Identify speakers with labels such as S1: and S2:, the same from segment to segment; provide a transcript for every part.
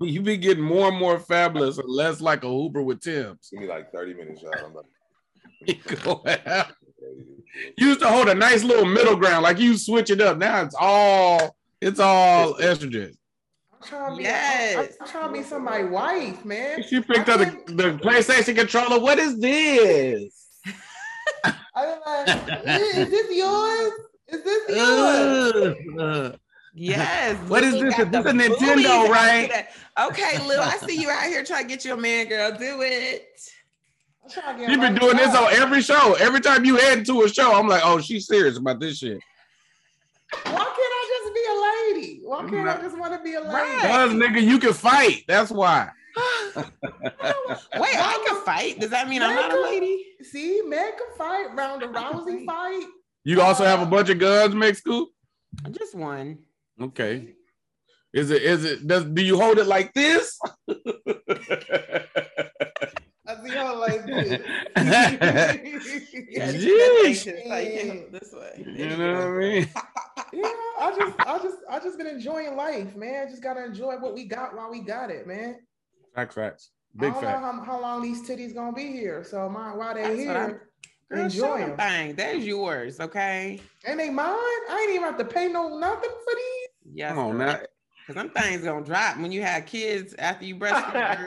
S1: You be getting more and more fabulous and less like a Uber with Tim's.
S2: Give me like 30 minutes, y'all. I'm like,
S1: Go ahead. You used to hold a nice little middle ground, like you switch it up. Now it's all it's all estrogen.
S3: I'm trying to be,
S4: Yes.
S3: I'm trying to be somebody's wife, man.
S1: She picked up the, the PlayStation controller. What is this?
S3: I'm like, is this yours? Is this
S4: Uh,
S3: yours?
S1: Ugh.
S4: Yes.
S1: What is
S4: Lil
S1: this?
S4: got
S1: This
S4: the
S1: a Nintendo,
S4: booties out
S1: right?
S4: today. Okay, Lil, I see you out here trying to get your man, girl. Do it.
S3: I'm trying to get
S1: She been
S3: my
S1: doing this
S3: job.
S1: on every show. Every time you head to a show, I'm like, oh, she's serious about this shit.
S3: Why can't I just be a lady? Why can't I just want to be a lady?
S4: Right.
S1: Cause nigga, you can fight. That's why.
S4: Wait, I can fight. Does that mean I'm not a lady?
S3: See, man can fight, Ronda Rousey fight.
S1: You also have a bunch of guns, Mix Scoop.
S4: Just one.
S1: Okay. Is it is it does do you hold it like this?
S3: I see her like
S1: you
S3: this.
S4: Yeah,
S1: Yeesh.
S4: just like this, like, this way.
S1: know what I mean?
S3: Yeah, I just, I just, I just been enjoying life, man. Just gotta enjoy what we got while we got it, man.
S1: Facts, facts. Big
S3: I don't
S1: facts.
S3: know how, how long these titties gonna be here. So my, while they
S4: That's what I'm-
S3: here,
S4: Girl,
S3: Enjoy
S4: Enjoy them.
S3: 'em.
S4: Thing. There's yours. Okay.
S3: and they mine, I ain't even have to pay no nothing for these.
S4: Yes.
S1: Come on now.
S4: girl. Cause them things gonna drop when you have kids after you breastfeed.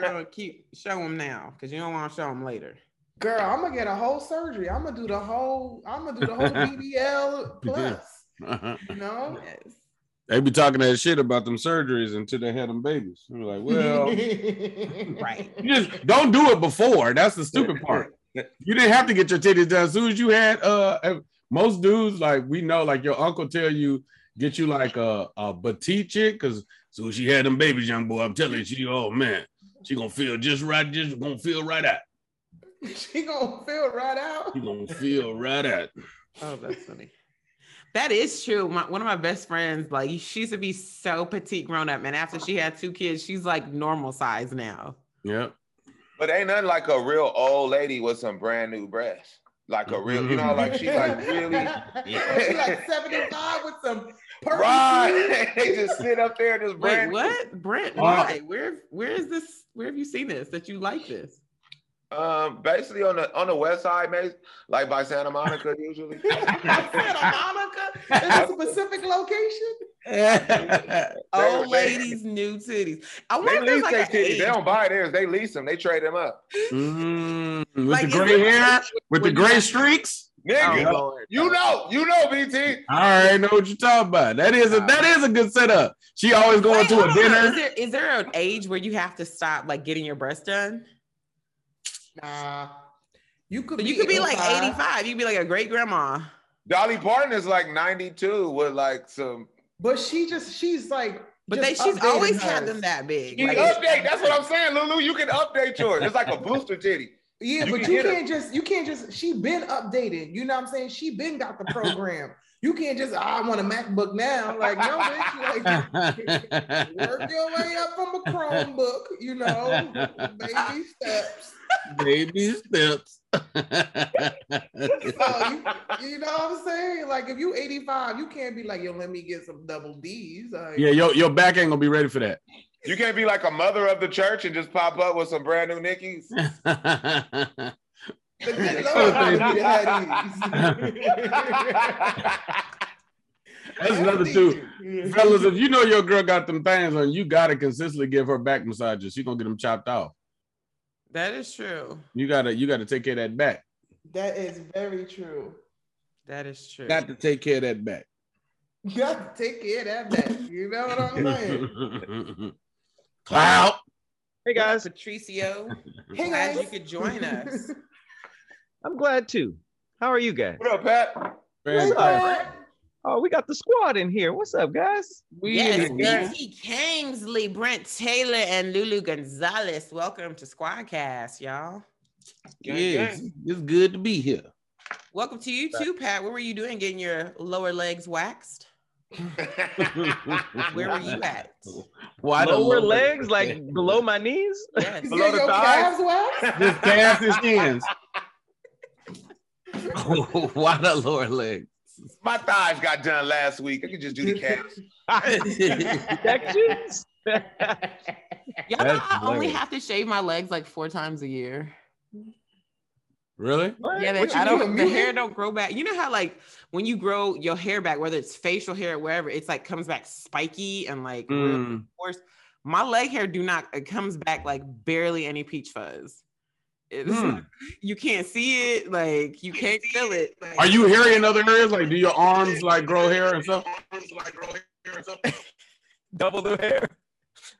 S4: girl, keep show them now, cause you don't want to show them later.
S3: Girl, I'm gonna get a whole surgery. I'm gonna do the whole, I'm gonna do the whole BBL plus. You know.
S4: Yes.
S1: they be talking that shit about them surgeries until they had them babies. They be like, well,
S4: Right.
S1: you just don't do it before. That's the stupid part. You didn't have to get your titties done as soon as you had uh uh, most dudes like we know, like your uncle tell you, get you like a, a petite chick, cause so she had them babies, young boy. I'm telling you, she oh man, she gonna feel just right, just gonna feel right out.
S3: she gonna feel right out.
S1: You gonna feel right out.
S4: Oh, that's funny. That is true. My, one of my best friends, like she used to be so petite grown up, and after she had two kids, she's like normal size now.
S1: Yep.
S2: but ain't nothing like a real old lady with some brand new breasts. Like a real, you know, like she like really
S3: she like 75 with some purple.
S2: right. they just sit up there just
S4: Wait,
S2: brand
S4: what, Brent? Why? Where? Where is this? Where have you seen this? That you like this?
S2: Um, basically on the on the west side, maybe like by Santa Monica usually.
S3: I said a Monica in a specific location.
S4: Old
S2: they-
S4: ladies, new titties. I
S2: They
S4: wonder if there's
S2: lease
S4: like
S2: their
S4: an
S2: titties. They
S4: age.
S2: don't buy theirs. They lease them. They trade them up.
S1: Mm, with
S4: Like,
S1: the
S4: is
S1: gray
S4: it-
S1: hair, with the
S4: when you-
S1: gray streaks.
S2: Nigga,
S4: Oh,
S2: you know, you know, BT.
S1: I already know what you're talking about. That is a that is a good setup. She always going
S4: Wait,
S1: to
S4: hold
S1: a
S4: on. Is
S1: dinner.
S4: there is there an age where you have to stop like getting your breast done?
S3: Nah. You could
S4: So
S3: be
S4: you could be like
S3: 85.
S4: 85. You could be like a great grandma.
S2: Dolly Parton is like 92 with like some.
S3: But she just she's like
S4: But they,
S3: just
S4: she's
S3: updated hers.
S4: always had them that big.
S2: You
S4: Like,
S2: update. That's what I'm saying, Lulu. You can update yours. It's like a booster titty.
S3: Yeah,
S2: You
S3: but
S2: can
S3: you
S2: get her.
S3: can't just you can't just she been updated. You know what I'm saying? She been got the program. you can't just "Ah, I want a MacBook now. Like, no, bitch, like work your way up from a Chromebook, you know, baby steps.
S1: Baby steps.
S4: Oh,
S3: So you, you know what I'm saying? Like if you 85, you can't be like, yo, let me get some double D's. Like,
S1: yeah, your your back ain't gonna be ready for that.
S2: You can't be like a mother of the church and just pop up with some brand new Nikki's.
S3: the good Lord let me have these.
S1: That's another two. Fellas, if you know your girl got them things on, you gotta consistently give her back massages. She gonna get them chopped off.
S4: that is true.
S1: You gotta you gotta take care of that back.
S3: That is very true.
S4: That is true.
S1: Got to take care of that back.
S3: You got to take care of that back. You know what I'm saying?
S1: Cloud.
S5: Hey guys,
S4: Patricio,
S3: Hey
S4: glad you
S3: guys.
S4: could join us.
S5: I'm glad too. How are you guys?
S2: What up, Pat?
S1: Fantastic.
S5: Oh, we got the squad in here. What's up, guys?
S4: yes, BT Kingsley, Brent Taylor, and Lulu Gonzalez. Welcome to Squadcast, y'all.
S1: Yes, it's good to be here.
S4: Welcome to you too, Pat. What were you doing getting your lower legs waxed? Where were you at?
S1: Why the
S5: Lower legs, like below my knees.
S4: Yes.
S3: You
S2: Below
S3: get
S2: the
S3: your
S2: thighs?
S3: calves waxed?
S1: Just calves and shins. Why the lower leg?
S5: Ah,
S2: My thighs got done last week. I could just do the calves.
S5: Sections.
S4: Y'all know
S1: That's
S4: I only
S1: hilarious.
S4: have to shave my legs like four times a year.
S1: Really?
S4: Yeah,
S3: What you
S4: they, I
S3: mean,
S4: don't. The
S3: mutant?
S4: hair don't grow back. You know how like when you grow your hair back, whether it's facial hair or wherever, it's like comes back spiky and like real
S1: Mm.
S4: coarse. My leg hair do not. It comes back like barely any peach fuzz. It's,
S1: Hmm.
S4: You can't see it. Like you can't feel it. like-
S1: Are you hairy in other areas? Like, do your arms like grow hair and stuff?
S5: Double the hair.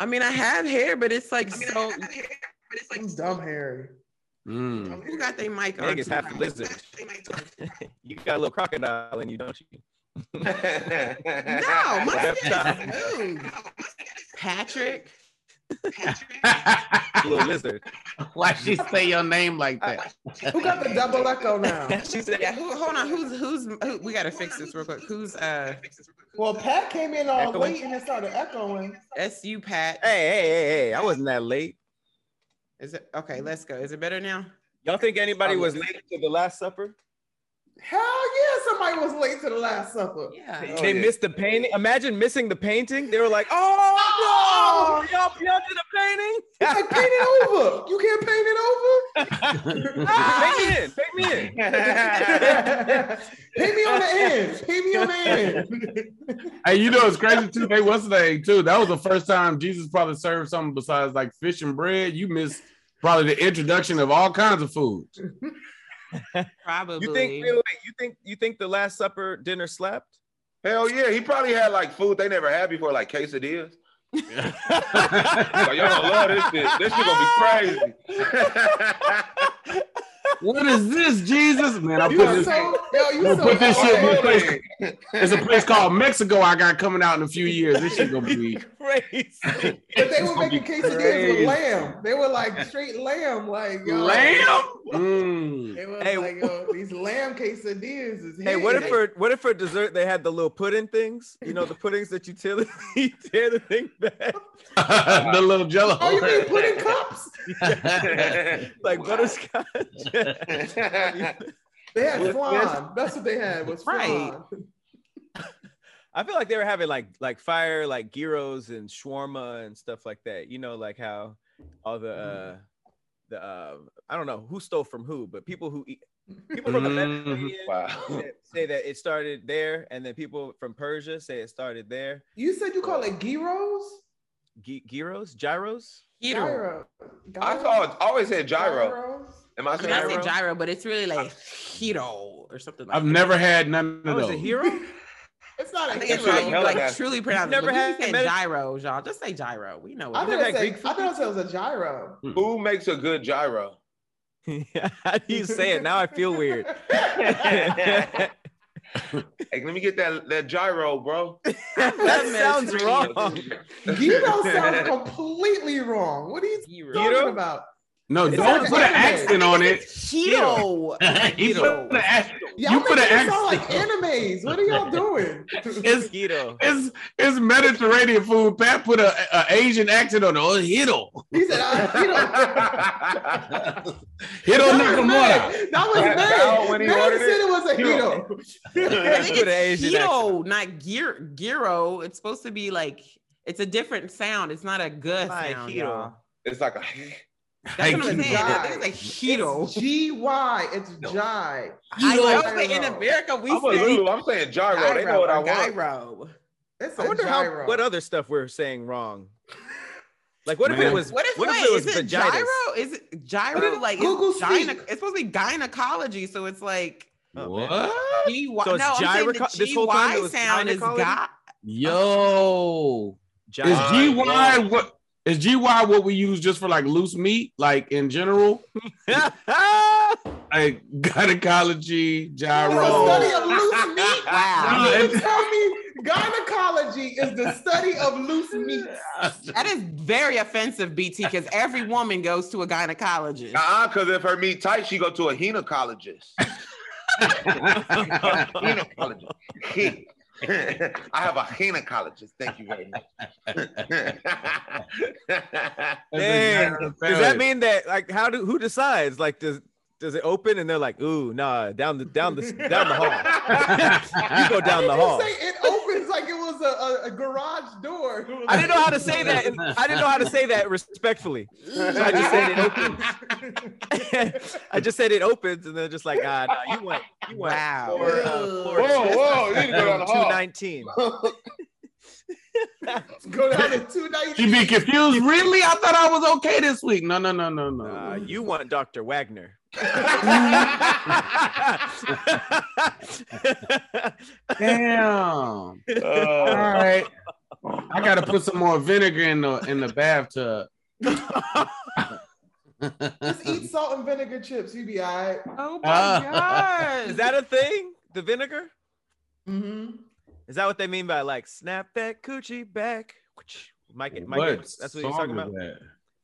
S4: I mean, I have hair, but it's like so.
S3: I'm dumb Harry.
S1: Mm.
S4: Who got their mic on?
S5: Meg is half a lizard. You got a little crocodile in you, don't you?
S4: No, my skin is smooth. Patrick.
S5: Little lizard.
S6: Why she say your name like that?
S3: Who got the double echo now?
S5: she said,
S4: Yeah, who, hold on. Who's who's? Who, we gotta fix this real quick. Who's uh?
S3: Well, Pat came in all
S5: Echoing.
S3: late and it started echoing.
S4: SU Pat.
S5: Hey, hey, hey, hey! I wasn't that late.
S4: Is it okay? Let's go. Is it better now?
S5: Y'all think anybody was late to the Last Supper?
S3: Hell yeah, somebody was late to the Last Supper.
S4: Yeah. Oh,
S5: they
S2: yeah.
S5: missed the painting. Imagine missing the painting. They were like, "Oh no, y'all, y'all did a painting."
S3: It's like paint it over. You can't paint it
S5: Paint me in. Paint me in.
S3: over. Paint me on the end. Paint me on the end.
S1: Hey, you know it's crazy too. They what's the name too? That was the first time Jesus probably served something besides like fish and bread. You missed probably the introduction of all kinds of food.
S4: Probably.
S5: You think? Wait, wait, wait. You think? You think the Last Supper dinner slapped?
S2: Hell yeah, he probably had like food they never had before, like quesadillas. Like, y'all gonna love this shit. This shit gonna be crazy.
S1: what is this, Jesus? Man, I put
S3: You are
S1: this.
S3: so yo, you
S1: We'll
S3: so
S1: put this shit in
S3: okay.
S1: my place. It's a place called Mexico. I got coming out in a few years. This shit gonna be.
S5: Crazy.
S3: But they
S1: It's
S3: were
S1: gonna be
S3: making quesadillas
S1: crazy.
S3: with lamb. They were like straight lamb, like yo.
S1: Lamb. Mm.
S3: They were
S5: Hey,
S3: like, yo, these lamb quesadillas is
S5: Hey, what if
S3: heavy.
S5: for what if for dessert they had the little pudding things? You know the puddings that you tear the, you tear the thing back,
S1: the little jello.
S3: Oh, you mean pudding cups?
S5: like butterscotch.
S3: They had
S5: With-
S3: flan. That's what they had was
S4: Right.
S3: flan.
S5: I feel like they were having like like fire like gyros and shawarma and stuff like that. You know, like how all the uh the uh, I don't know who stole from who, but people who eat people from the
S1: Mhm.
S5: Mediterranean
S2: wow.
S5: that- say that it started there, and then people from Persia say it started there.
S3: You said you call it gyros?
S5: Gy- gyros, gyros.
S4: Gyro.
S2: I thought always said gyro. Am I
S4: I mean,
S2: saying
S4: I
S2: gyro?
S4: say gyro, but it's really like hero or something like
S1: I've
S4: that.
S1: never had none
S5: I
S1: of
S5: was
S1: those.
S5: a Oh, hero.
S3: It's not
S4: I
S3: a
S4: think it's
S2: That's
S4: how
S2: a
S3: gyro.
S4: you
S2: hell of
S4: like
S2: that-
S4: truly pronounce it.
S5: never
S4: But we
S5: had
S4: say
S5: Medi-
S4: gyro, y'all. Just say gyro. We know
S3: I
S4: what
S3: thought,
S4: it
S5: did- that
S3: it said,
S5: Greek
S3: I thought it was a gyro.
S2: Who makes a good gyro?
S5: How do you say it? Now I feel weird.
S2: hey, let me get that that gyro, bro.
S5: that sounds wrong.
S3: gyro sounds completely wrong. What are you
S4: is. Gyro.
S3: talking
S5: Gyro?
S3: about?
S1: No,
S5: It's
S1: don't
S5: not
S1: put an
S3: anime.
S1: accent on it.
S4: Hero.
S6: You
S1: put an accent-
S3: Y'all
S1: You put
S3: making
S1: an
S3: it sound like
S1: accent.
S3: animes. What are y'all doing?
S1: It's
S5: Gyro.
S1: it's it's Mediterranean food. Pat put a, a Asian accent on it. Oh, Hiro.
S3: he said, I, you know.
S1: Hiro
S3: That was
S1: Nakamura.
S3: mad. That was
S2: That-
S3: bad.
S2: that when
S3: Man
S2: he
S3: said
S2: ordered it,
S3: it was a
S2: hero.
S3: hero.
S4: I think
S5: Put an
S4: it's
S5: Asian
S4: hero, not gyro. Gyro. It's supposed to be like it's a different sound. It's not a good
S5: My
S4: sound.
S5: hero.
S4: y'all.
S2: it's like a
S4: That's what I'm
S1: Aikido.
S4: saying. I think It's a hero.
S3: It's G-Y. It's Jai.
S4: I know,
S3: Gyro.
S4: but in America we
S2: I'm a
S4: say
S2: Lulu. I'm saying gyro. they know what I
S4: gyro.
S2: want.
S4: Gyro.
S3: It's a
S5: I wonder
S3: gyro.
S5: how what other stuff we're saying wrong. Like what if it
S1: Man.
S5: was
S4: What if,
S5: what
S4: wait,
S5: if it was
S4: is it
S5: vaginas?
S4: gyro? Is it gyro? Like
S3: Google
S4: it's, gyne-
S3: speak.
S4: it's supposed to be gynecology, so it's like
S5: Oh,
S1: What?
S4: G Y.
S5: So it's
S4: no, I'm saying
S5: gyneco-
S4: the
S5: this whole time it
S4: GY
S5: was
S4: sound is
S5: gynecology?
S4: guy.
S1: Yo.
S5: Gyro.
S1: Is
S2: Uh,
S1: GY
S2: yeah.
S1: what is GY what we use just for like loose meat, like in general? Like gynecology,
S3: It's
S1: gyro.
S3: a study of loose meat.
S5: Ah,
S4: Wow,
S1: No,
S3: You
S1: it's-
S3: tell me gynecology is the study of loose meat.
S4: that is very offensive, BT, because every woman goes to a gynecologist.
S2: Uh-uh, because if her meat tight, she go to a henecologist. henecologist. He- I have a henecologist. Thank you very much.
S1: That's
S5: Dang.
S1: exactly what
S5: Does that
S1: it
S5: mean that like how do who decides? Like does does it open and they're like, ooh, nah, down the down the down the hall.
S1: is.
S5: you go down the
S3: Did you
S5: hall.
S3: say it opens like it was was a, a, a garage door. It was
S5: I didn't know how to say that. and I didn't know how to say that respectfully. So I just said it opens. I just said it opens, and they're just like, ah, nah, you went, you went
S4: Wow.
S5: for uh,
S2: Whoa, whoa, you need to go down the
S5: two
S2: hall.
S5: nineteen.
S3: Go down to two nights.
S6: She be confused. Really? I thought I was okay this week. No, no, no, no, no.
S5: Uh, you want Dr. Wagner.
S6: Damn.
S2: Uh,
S6: All right. I gotta put some more vinegar in the in the bathtub.
S3: Just eat salt and vinegar chips. You be all right.
S4: Oh
S6: Ah.
S4: my gosh.
S5: Is that a thing? The vinegar?
S3: Mm-hmm.
S5: Is that what they mean by like snap that coochie back? Mike, Mike Evans, that's what he's talking about.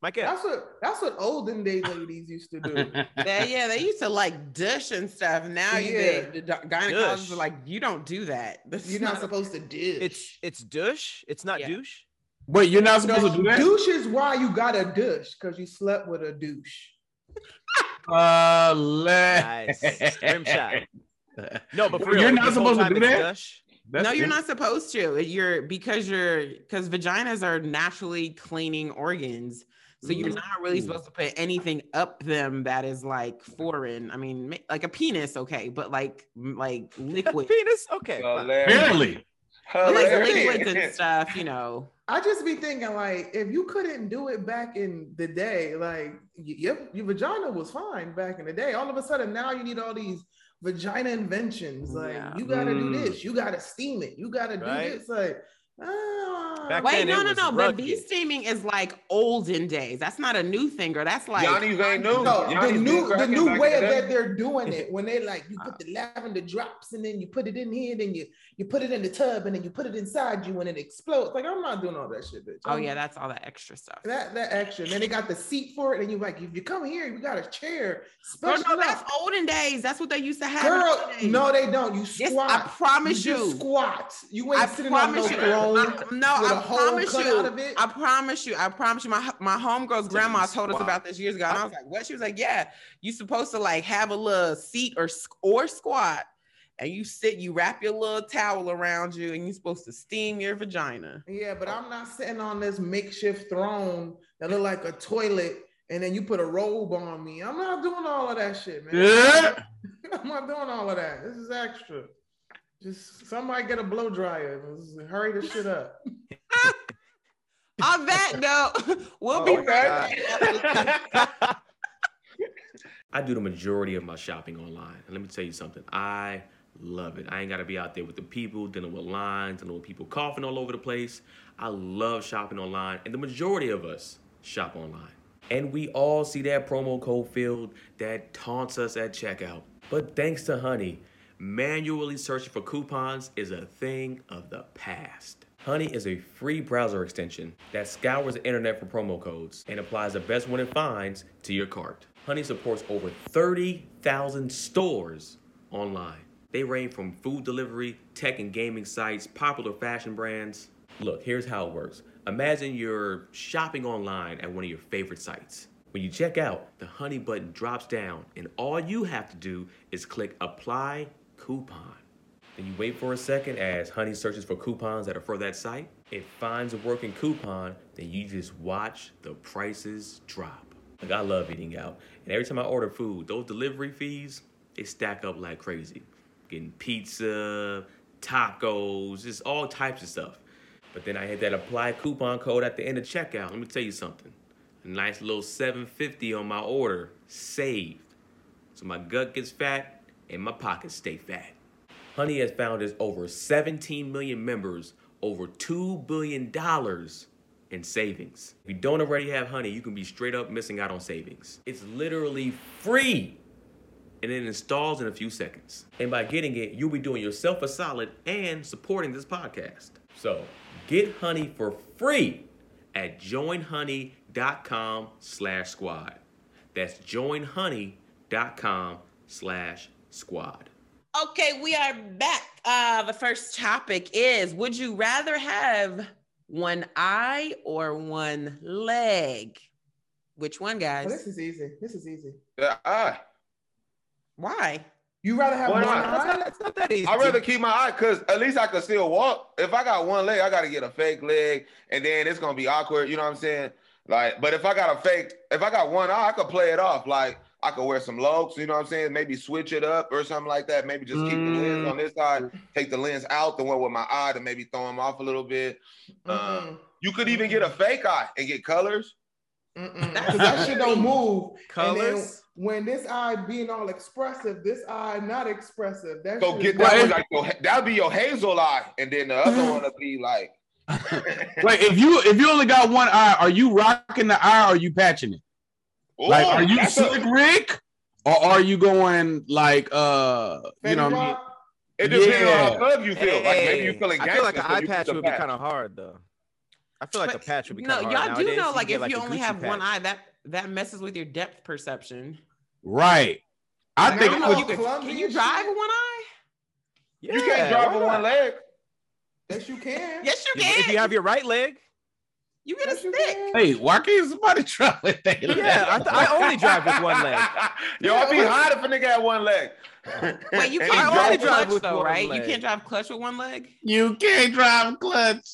S5: Mike, Evans.
S3: That's what that's what olden day ladies used to do.
S4: They- yeah, they used to like dish and stuff. Now you
S3: Yeah.
S4: the, the doc- gynecologists
S5: Dush.
S4: are like, you don't do that. That's
S3: You're not supposed to dish.
S5: it's it's douche. It's not
S4: Yeah.
S5: douche.
S1: Wait, you're not supposed to do
S3: no,
S1: that?
S3: douche is why you got a douche because you slept with a douche.
S6: Uh, let-
S5: Nice. Rim shot. No, but for
S1: You're
S5: real,
S1: not
S5: this whole
S1: supposed to do
S5: time it's
S1: that?
S5: Dush.
S4: no, you're not supposed to. You're because you're because vaginas are naturally cleaning organs. So you're not really
S6: Ooh.
S4: supposed to put anything up them that is like foreign. I mean, ma- like a penis, okay, but like m- like liquid,
S5: Penis. Okay. fine.
S2: hilarious.
S1: Barely.
S4: like
S2: Hilarious.
S4: liquids and stuff, you know.
S3: I just be thinking like if you couldn't do it back in the day, like y- your, your vagina was fine back in the day. All of a sudden now you need all these vagina inventions. Like
S4: Yeah.
S3: you gotta do
S6: Mm.
S3: this, you gotta steam it, you gotta do
S5: Right.
S3: this. Like ah.
S5: Back
S4: Wait,
S5: then it
S4: no, no,
S5: was
S4: no. But bee
S5: rugged.
S4: steaming is like olden days. That's not a new thing, or that's like
S2: Yanni's ain't new.
S3: No, the
S2: Yanni's
S3: new
S2: been
S3: the
S2: cracking
S3: new
S2: back Uh. in
S3: way
S2: the day.
S3: that they're doing it when they like you put the lavender drops and then you put it in here, then you you put it in the tub and then you put it inside you and it explodes. Like I'm not doing all that shit, bitch.
S4: Oh
S3: I'm-
S4: yeah, that's all that extra stuff.
S3: that that action. Then they got the seat for it, and you like if you come here, we got a chair.
S4: Girl,
S3: Special
S4: no,
S3: up.
S4: that's olden days. That's what they used to have.
S3: girl.
S4: nowadays.
S3: No, they don't. You
S4: Yes, I
S3: squat.
S4: promise
S3: you, just
S4: you.
S3: squat. You ain't
S4: I
S3: sitting on no
S4: promise you.
S3: throne.
S4: I- no,
S3: with a
S4: I
S3: hole
S4: promise
S3: cut out of
S4: you.
S3: it.
S4: I promise you. I promise you. My my homegirl's grandma told us about this years ago, and I was like, "What?" She was like, "Yeah, you supposed to like have a little seat or s- or squat, and you sit. You wrap your little towel around you, and you're supposed to steam your vagina."
S3: Yeah,
S2: Uh,
S3: but I'm not sitting on this makeshift throne that look like a toilet, and then you put a robe on me. I'm not doing all of that shit, man.
S6: Yeah.
S3: I'm not doing all of that. This is extra. Just somebody get a blow dryer. Just hurry this shit up.
S4: On that note, we'll
S3: Oh,
S4: be
S2: Okay.
S4: right back.
S7: I do the majority of my shopping online. And let me tell you something. I love it. I ain't gotta be out there with the people, dealing with lines, dealing with people coughing all over the place. I love shopping online, and the majority of us shop online. And we all see that promo code field that taunts us at checkout. But thanks to Honey, manually searching for coupons is a thing of the past. Honey is a free browser extension that scours the internet for promo codes and applies the best one it finds to your cart. Honey supports over 30,000 stores online. They range from food delivery, tech and gaming sites, popular fashion brands. Look, here's how it works. Imagine you're shopping online at one of your favorite sites. When you check out, the Honey button drops down, and all you have to do is click Apply Coupon. Then you wait for a second as Honey searches for coupons that are for that site. It finds a working coupon, then you just watch the prices drop. Like I love eating out, and every time I order food, those delivery fees they stack up like crazy. Getting pizza, tacos, just all types of stuff. But then I hit that apply coupon code at the end of checkout. Let me tell you something. A nice little 750 on my order saved. So my gut gets fat and my pockets stay fat. Honey has founded over 17 million members, over $2 billion in savings. If you don't already have Honey, you can be straight up missing out on savings. It's literally free and it installs in a few seconds. And by getting it, you'll be doing yourself a solid and supporting this podcast. So get Honey for free at joinhoney.com slash squad. That's joinhoney.com slash squad.
S4: Okay, we are back. Uh, the first topic is Would you rather have one eye or one leg? Which one,
S3: Oh, this
S4: guys?
S3: is easy. This is easy.
S2: Yeah, I.
S4: Why?
S3: You rather have
S2: Why
S3: one
S2: not?
S5: That's
S3: eye?
S5: not, that's not that easy.
S2: I'd rather keep my eye because at least I can still walk. If I got one leg, I gotta get a fake leg, and then it's gonna be awkward. You know what I'm saying? Like, but if I got a fake, if I got one eye, I could play it off. Like, I could wear some lopes. You know what I'm saying? Maybe switch it up or something like that. Maybe just keep the lens on this side, take the lens out, the one with my eye, to maybe throw them off a little bit. Um,
S3: Mm-mm.
S2: you could even get a fake eye and get colors.
S3: Mm-mm. 'Cause that shit don't move. And then
S5: colors.
S3: when this eye being all expressive, this eye not expressive. That
S2: So
S3: shit
S2: get
S3: is
S2: that
S3: like-
S2: one like your, that'd be your hazel eye, and then the other one would be like.
S1: Wait, if you if you only got one eye, are you rocking the eye or are you patching it? Like,
S2: "Ooh,
S1: are you
S2: Oh, that's a-
S1: slick Rick? Or are you going like uh you
S3: Fetty
S1: know what I mean?
S3: Wap,
S2: It depends
S1: Yeah.
S2: on how thug you feel. like maybe you feeling
S5: I
S2: gangster.
S5: feel like an
S2: so
S5: eye
S2: you
S5: patch
S2: put
S5: would
S2: the
S5: be kind of hard though. I feel like a
S4: But,
S5: patch would be
S4: No,
S5: kind of
S4: y'all
S5: hard.
S4: do
S5: Nowadays,
S4: know,
S5: can
S4: like,
S5: get,
S4: if you
S5: a
S4: only
S5: Gucci
S4: have one
S5: patch.
S4: eye, that that messes with your depth perception.
S1: Right. I
S3: And
S1: think
S3: I
S1: it
S3: know
S1: would-
S3: you
S4: can,
S3: clumsy
S4: can you
S3: and
S4: drive
S3: shit.
S4: with one eye?
S2: You
S5: Yeah,
S2: can't drive
S5: why
S2: with one
S5: not?
S2: leg.
S3: Yes, you can.
S4: Yes, you
S5: Yeah, but
S4: can.
S5: If you have your right leg,
S4: you get a
S3: Yes, you
S4: stick.
S3: can.
S1: Hey, why can't somebody try with that?
S5: yeah, I, th- I only drive with one leg.
S2: Yo, I be hot if a nigga had one leg.
S4: Wait, you
S2: And
S4: can't
S5: I only
S4: drive,
S5: drive
S4: clutch
S5: with
S4: though,
S5: one
S4: right?
S5: leg.
S4: You can't drive clutch with one leg.
S1: You can't drive clutch.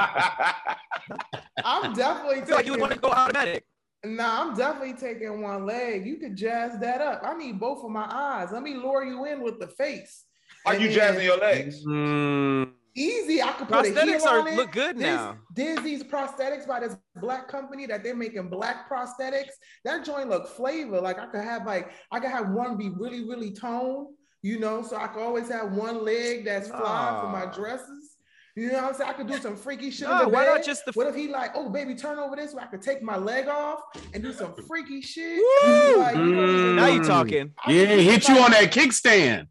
S3: I'm definitely
S5: I feel like
S3: taking.
S5: you would want to go automatic.
S3: nah, I'm definitely taking one leg. You could jazz that up. I need both of my eyes. Let me lure you in with the face.
S2: Are
S3: And
S2: you
S3: then
S2: jazzing your legs?
S1: Mm,
S3: Easy. I could put a heel
S5: Prosthetics
S3: on
S5: are
S3: it.
S5: look good
S3: There's-
S5: now.
S3: There's these prosthetics by this black company that they're making black prosthetics. That joint look flavor. Like I could have like I could have one be really really toned, you know. So I could always have one leg that's fly for my
S5: Nah.
S3: dresses. You know what I'm saying? I could do some freaky shit. in
S5: No,
S3: the
S5: Ah. why
S3: bed.
S5: not just the?
S3: What if he like, oh baby, turn over this way. I could take my leg off and do some freaky shit.
S5: Woo!
S3: Like, you know what I mean?
S5: now you
S1: Mm.
S5: talking.
S3: I could
S1: yeah,
S3: use
S1: hit you
S3: like-
S1: on that kickstand.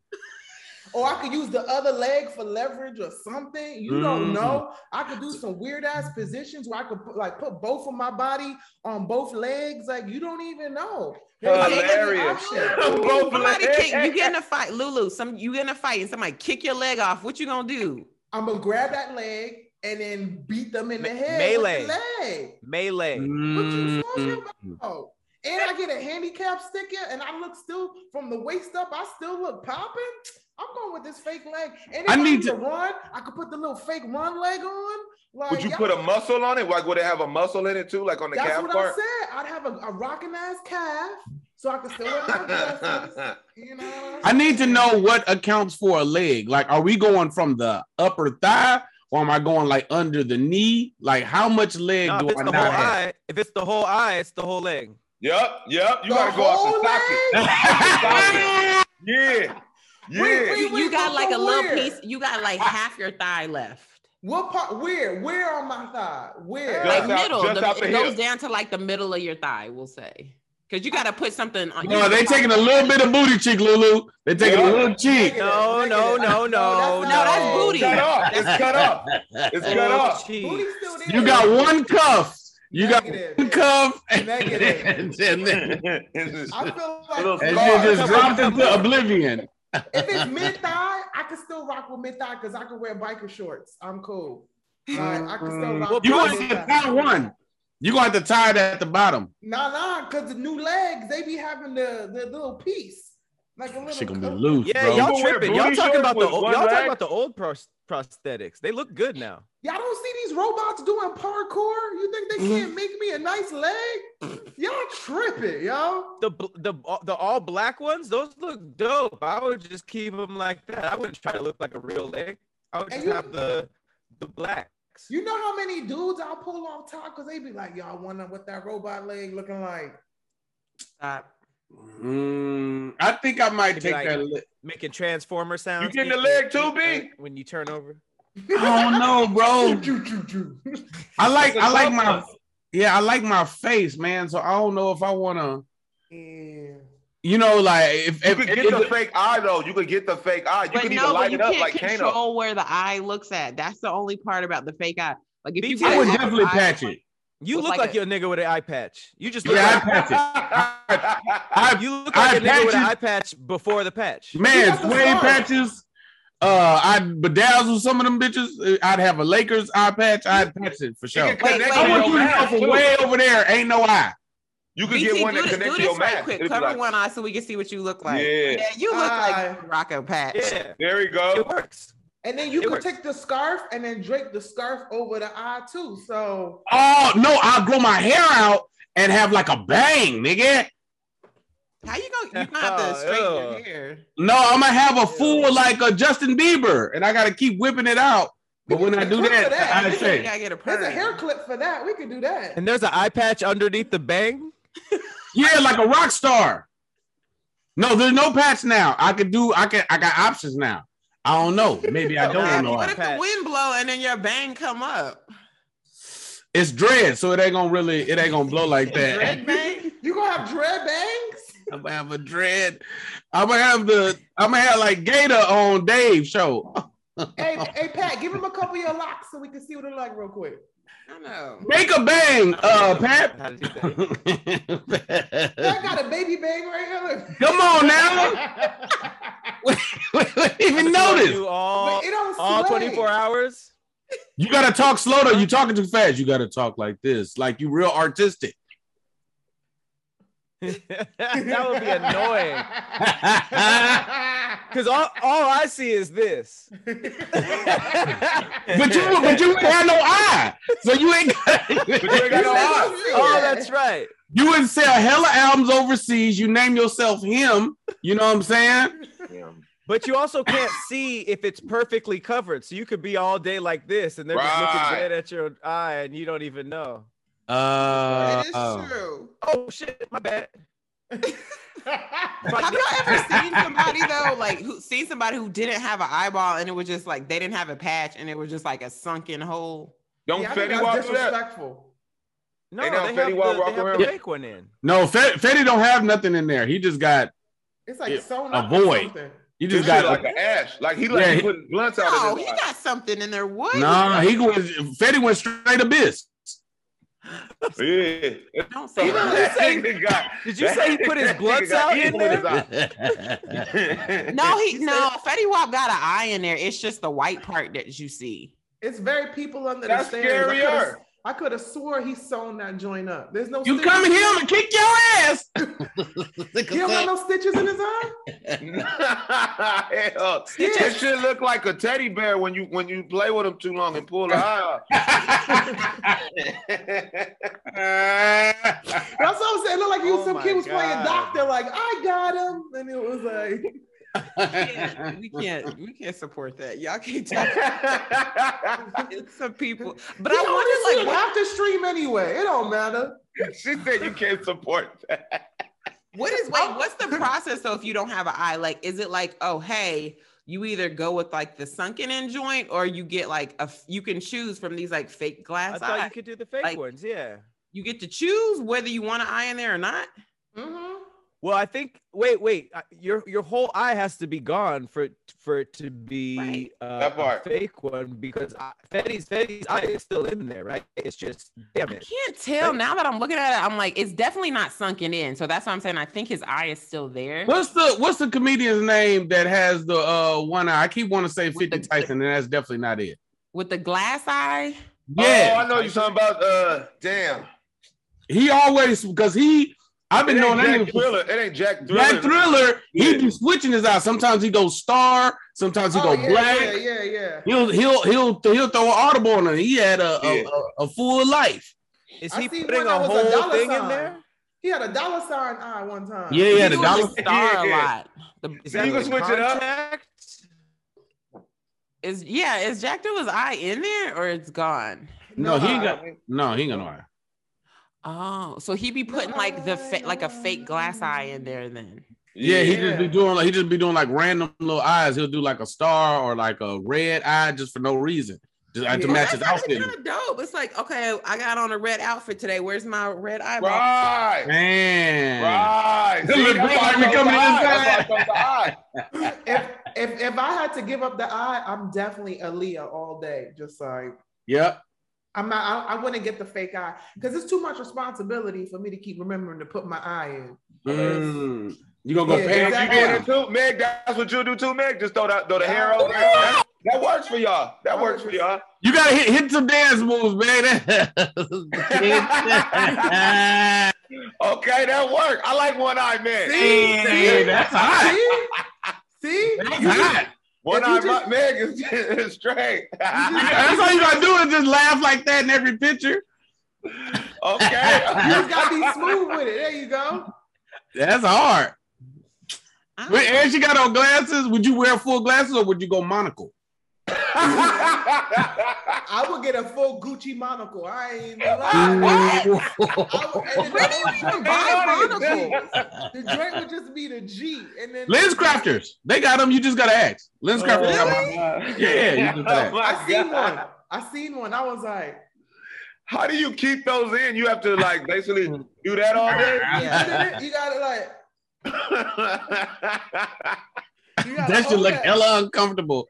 S3: Or I could use the other leg for leverage or something. You don't
S1: Mm.
S3: know. I could do some weird ass positions where I could put, like put both of my body on both legs. Like you don't even know. There's so many
S2: Hilarious.
S3: options.
S2: Both
S4: Somebody
S2: legs.
S4: kick you get in a fight, Lulu. Some you get in a fight and somebody kick your leg off. What you gonna do?
S3: I'm gonna grab that leg and then beat them in the
S5: Me-
S3: head.
S5: melee.
S3: With the leg.
S5: Melee.
S3: What you
S1: Mm.
S3: talking about? And I get a handicap sticker, and I look still from the waist up. I still look popping. I'm going with this fake leg. And if
S1: I
S3: I,
S1: need
S3: need
S1: to-
S3: to run. I could put the little fake run leg on. Like
S2: Would you
S3: y'all-
S2: put a muscle on it? Like, would it have a muscle in it too? Like on the
S3: That's
S2: calf
S3: what
S2: part?
S3: I said. I'd have a, a rocking ass calf, so I could still wear my dresses. You know. what
S1: I
S3: I'm
S1: need to
S3: saying?
S1: know what accounts for a leg. Like, are we going from the upper thigh or am I going like under the knee? Like, how much leg
S5: No, if
S1: do
S5: it's
S1: I
S5: the
S1: not
S5: whole
S1: have?
S5: eye, if it's the whole eye, it's the whole leg.
S2: Yep, yep. You
S3: The
S2: gotta go off
S3: whole
S2: the socket.
S3: leg?
S2: Yeah, yeah.
S3: Wait, wait.
S4: You, you got like a
S3: from
S4: little
S3: where?
S4: piece. You got like half your thigh left,
S3: What part? Where? Where on my thigh? Where?
S2: Just out-
S4: like middle.
S2: just
S4: the-
S2: out the
S4: it goes
S2: hip.
S4: down to like the middle of your thigh. We'll say because you got to put something on.
S1: No, they taking a little bit of booty cheek, Lulu. They taking a little cheek.
S5: No, no, no, no,
S3: No,
S4: No, that's
S5: no.
S4: booty.
S2: Cut off. It's cut off. It's cut off.
S5: Jeez.
S3: Booty's still there.
S1: You got one cuff. You got
S3: Negative.
S1: one cuff. And
S3: Negative.
S1: then,
S3: I feel like
S2: Little
S1: and
S2: scar.
S1: then just dropped into oblivion.
S3: if it's mid thigh, I can still rock with mid thigh because I can wear biker shorts. I'm cool. Like, I can still rock.
S5: Well,
S3: with
S1: You
S5: Bro,
S1: gonna
S3: mid-thigh.
S1: have to tie one. You gonna have to tie it at the bottom.
S3: Nah, nah, because the new legs they be having the the little piece, like a little.
S1: She gonna be
S3: cup.
S1: loose,
S5: Yeah,
S1: bro.
S5: y'all
S2: You wear
S5: tripping.
S2: booty
S5: Y'all
S2: shorts
S5: talking about the
S2: with
S5: old,
S2: one
S5: y'all
S2: leg?
S5: talking about the old pros- prosthetics. They look good now.
S3: Y'all don't see these robots doing parkour? You think they can't make me a nice leg? Y'all tripping, yo.
S5: The bl- the uh, the all black ones, those look dope. I would just keep them like that. I wouldn't try to look like a real leg. I would
S3: And
S5: just
S3: you-
S5: have the the blacks.
S3: You know how many dudes I'll pull off top because they be like, y'all wonder what that robot leg looking like.
S4: Stop.
S1: Mm, I think I might
S5: It'd be
S1: take
S5: like-
S1: that. Li-
S5: Making transformer sounds.
S2: getting the leg too, B?
S5: When you turn over.
S1: I don't know, bro.
S3: Choo, choo, choo.
S1: I like
S2: It's a
S1: I like
S2: tough
S1: my
S2: one.
S1: yeah, I like my face, man. So I don't know if I wanna,
S3: Yeah.
S1: you know, like if,
S2: You
S1: if,
S2: could
S1: if-
S2: get the
S1: if-
S2: fake eye though. You could get the fake eye. You
S4: but
S2: could
S4: no,
S2: even
S4: but
S2: light
S4: you
S2: it up
S4: can't
S2: like
S4: control
S2: Kano.
S4: where the eye looks at. That's the only part about the fake eye. Like if you
S5: BJ,
S4: get
S1: I would
S4: an
S1: definitely
S4: eye-
S1: patch it.
S5: You
S4: Look
S5: look
S4: like
S5: like,
S4: a-
S5: you're a nigga with an eye patch. You just look
S1: Yeah, I
S5: like,
S1: patch it. I
S5: you look
S1: eye
S5: like a nigga with an
S1: patches-
S5: eye patch before the patch.
S1: man,
S3: got the
S1: way
S3: scar.
S1: patches. Uh, I'd bedazzle some of them bitches. I'd have a Lakers eye patch. I'd patch it for sure.
S2: You can connect it to
S4: Wait, wait,
S1: I
S4: wait,
S1: want
S2: your
S1: you to know
S2: mask,
S1: from
S2: too.
S1: way over there, ain't no eye.
S2: You could
S4: BT,
S2: get one
S4: do
S2: that
S4: this-
S2: connects
S4: do
S2: to your
S4: this right
S2: mask.
S4: quick.
S2: It'd be
S4: Cover
S2: like-
S4: one eye so we can see what you look like.
S2: Yeah.
S4: you look
S3: Aye.
S4: like Rocco Patch.
S5: Yeah,
S2: There you go.
S5: it works.
S3: And then you
S5: It
S3: could
S5: works.
S3: take the scarf and then drape the scarf over the eye too. So
S1: Oh no, I'll grow my hair out and have like a bang, nigga.
S4: How you gonna? You gonna have to
S5: Oh,
S4: straighten your
S5: ew.
S4: hair?
S1: No, I'm gonna have a fool like a Justin Bieber, and I gotta keep whipping it out. But when I do
S3: Look
S1: that,
S3: for that.
S1: I
S4: You
S1: say,
S4: gotta get a perm.
S3: there's a hair clip for that. We could do that.
S5: And there's an eye patch underneath the bang.
S1: yeah, like a rock star. No, there's no patch now. I could do. I can. I got options now. I don't know. Maybe I don't know.
S4: What if the wind blow and then your bang come up?
S1: It's dread, so it ain't gonna really. It ain't gonna blow like that.
S4: Dread bang?
S3: You gonna have dread bangs?
S1: I'm gonna have a dread. I'm gonna have the. I'm gonna have like Gator on Dave show.
S3: hey, hey, Pat, give him a couple of your locks so we can see what it like real quick.
S4: I know.
S1: Make a bang, uh, Pat.
S5: How to do that.
S3: Pat
S1: Come
S3: got a baby bang right here.
S1: on now.
S3: Look.
S1: we didn't even notice.
S5: Do all
S3: but it don't
S5: all
S3: sway.
S5: 24 hours.
S1: You gotta talk slow though. You talking too fast. You gotta talk like this, like you real artistic.
S5: that would be annoying. Cause all, all I see is this. Oh,
S1: But you, but you ain't had no eye, so you ain't.
S2: You ain't got no eyes.
S5: Oh, that's right.
S1: you wouldn't sell hella albums overseas. You name yourself him. You know what I'm saying?
S5: But you also can't see if it's perfectly covered. So you could be all day like this and they're just
S2: Right.
S5: looking dead at your eye and you don't even know.
S1: Uh,
S4: it is true.
S5: Oh shit, my bad.
S4: Have y'all ever seen somebody though, like who seen somebody who didn't have an eyeball and it was just like they didn't have a patch and it was just like a sunken hole?
S2: Don't
S3: Yeah, I think
S2: Fetty
S3: that's
S2: Wap do that.
S3: disrespectful.
S5: No,
S2: Ain't
S5: they
S2: that
S5: have,
S2: Fetty
S5: the,
S2: Wap
S5: they
S2: walking
S5: have the
S2: around?
S5: fake one in.
S1: no, Fe- Fetty don't have nothing in there. He just got.
S3: It's like
S1: Yeah,
S3: sewn
S1: a
S3: up or
S1: void.
S3: something.
S1: He
S2: This
S1: just
S2: shit
S1: got.
S2: like an ash. Like he like
S1: Yeah,
S2: he
S1: he-
S2: putting blunts out
S4: No,
S2: of
S4: he
S2: his eye.
S4: got something in there. What?
S1: Nah, he going. Fetty went straight abyss.
S2: Yeah.
S4: Don't say
S5: He
S4: that.
S5: really say-
S2: nigga got-
S5: Did you say he put his
S2: that nigga
S5: blunts
S2: got
S5: out in
S2: evil his
S5: there?
S2: eye.
S4: No, he no. Fetty Wap got an eye in there. It's just the white part that you see.
S3: It's very people under
S2: That's
S3: the stairs. I coulda-
S2: scarier.
S3: I could have swore he sewn that joint up. There's no
S1: You
S3: stitches.
S1: come here and kick your ass.
S3: He don't got no stitches in his eye?
S2: Hell, That shit look like a teddy bear when you when you play with him too long and pull the eye out.
S3: That's what I'm saying. It looked like you
S5: Oh
S3: some
S5: my
S3: kid was playing
S5: God.
S3: doctor, like, I got him. And it was like,
S4: Yeah, we can't we can't support that. Y'all can't talk it's some people.
S3: but
S4: But I
S3: I want
S4: wonder
S3: to
S4: like what,
S3: have to stream anyway. It don't matter.
S2: she said you can't support that.
S4: what is wait, what's the process though if you don't have an eye? Like, is it like, oh hey, you either go with like the sunken in joint or you get like a f- you can choose from these like fake
S5: I
S4: glass
S5: thought you
S4: eyes.
S5: could do the fake
S4: Like-
S5: ones, yeah.
S4: You get to choose whether you want an eye in there or not.
S1: Mm-hmm.
S3: Mhm.
S5: Well, I think wait, wait. uh, Your your whole eye has to be gone for it for it to be
S4: Right.
S5: uh,
S2: That
S5: a
S2: part.
S5: fake one because I, Fetty's Fetty's eye is still in there, right? It's just damn
S4: I
S5: it.
S4: can't tell now that I'm looking at it. I'm like, it's definitely not sunken in. So that's why I'm saying I think his eye is still there.
S1: What's the what's the comedian's name that has the uh one eye? I keep wanting to say 50
S4: the-
S1: Tyson, and that's definitely not it.
S4: With the glass eye.
S1: Yeah,
S2: Oh, I know you're talking about. Uh, damn.
S1: he always because he I've been
S2: it
S1: knowing that
S2: ain't Jack
S1: nigga for-
S2: Thriller. It ain't Jack Thriller.
S1: that thriller. He
S2: Yeah.
S1: be switching his eye. Sometimes he goes star, sometimes he
S3: Oh,
S1: go
S3: yeah,
S1: black.
S3: yeah, yeah, yeah.
S1: He'll he'll he'll he'll throw an audible on him. He had a a,
S2: Yeah.
S1: a, a full life.
S5: Is
S3: I
S5: he
S3: seen
S5: putting
S3: one
S5: a
S3: that was a
S5: whole
S3: dollar
S5: thing in
S3: sign.
S5: there?
S3: He had a dollar sign eye one time.
S1: Yeah, he had a
S4: He was
S1: dollar.
S4: a star a
S2: Yeah.
S4: lot. The-
S5: Is
S2: See, you
S5: that
S2: can
S5: the
S2: switch it up.
S5: contact?
S4: Is yeah, is Jack Dill's eye in there or it's gone?
S1: No, he ain't
S3: I-
S1: got no, he ain't got no eye.
S4: Oh, so he be putting like the fa- like a fake glass eye in there then.
S1: Yeah, he
S3: Yeah.
S1: just be doing like he just be doing like random little eyes. He'll do like a star or like a red eye just for no reason, just uh, to
S3: Yeah.
S1: match his outfit.
S4: kind of dope. It's like, okay, I got on a red outfit today. Where's my red eyeball?
S2: Right.
S1: Man,
S2: Right.
S1: It look
S2: that's
S1: like
S2: why
S1: we
S2: I
S1: coming
S2: thought the
S1: inside.
S2: eye. That's why I thought the eye.
S3: if, if if I had to give up the eye, I'm definitely Aaliyah all day. Just like
S1: yep.
S3: I'm not, I, I wouldn't get the fake eye because it's too much responsibility for me to keep remembering to put my eye in.
S1: Mm. You gonna go
S3: Yeah,
S1: pay
S3: exactly.
S1: it Oh,
S2: Meg, you did it too. Meg, that's what you do too, Meg. Just throw that, throw the hair over. it. That, that works for y'all. That works for y'all.
S1: You gotta hit, hit some dance moves, man.
S2: oh, Okay, that worked. I like one eyed man.
S3: See,
S6: Hey, that's hot.
S3: see, see.
S6: That's
S3: You
S6: hot.
S2: One
S3: you
S2: eyed
S3: just-
S2: man is, is straight.
S1: That's all you gotta do is just laugh like that in every picture.
S2: okay.
S3: just gotta be smooth with it. There you go.
S1: That's hard.
S4: I don't
S1: Wait, eh. and she got on glasses. Would you wear full glasses or would you go monocle?
S3: I would get a full Gucci monocle. I ain't even lying. I would- and
S4: Where do you even buy monocles?
S3: The drink would just be the G, and then
S1: Lens crafters. They got them. You just gotta ask. Lens crafters. got
S4: Really?
S1: Yeah, you do that.
S3: I seen one. I seen one. I was like,
S2: How do you keep those in? You have to like basically do that all day.
S3: yeah, you gotta like. You gotta
S1: That should
S3: hold
S1: look hella uncomfortable.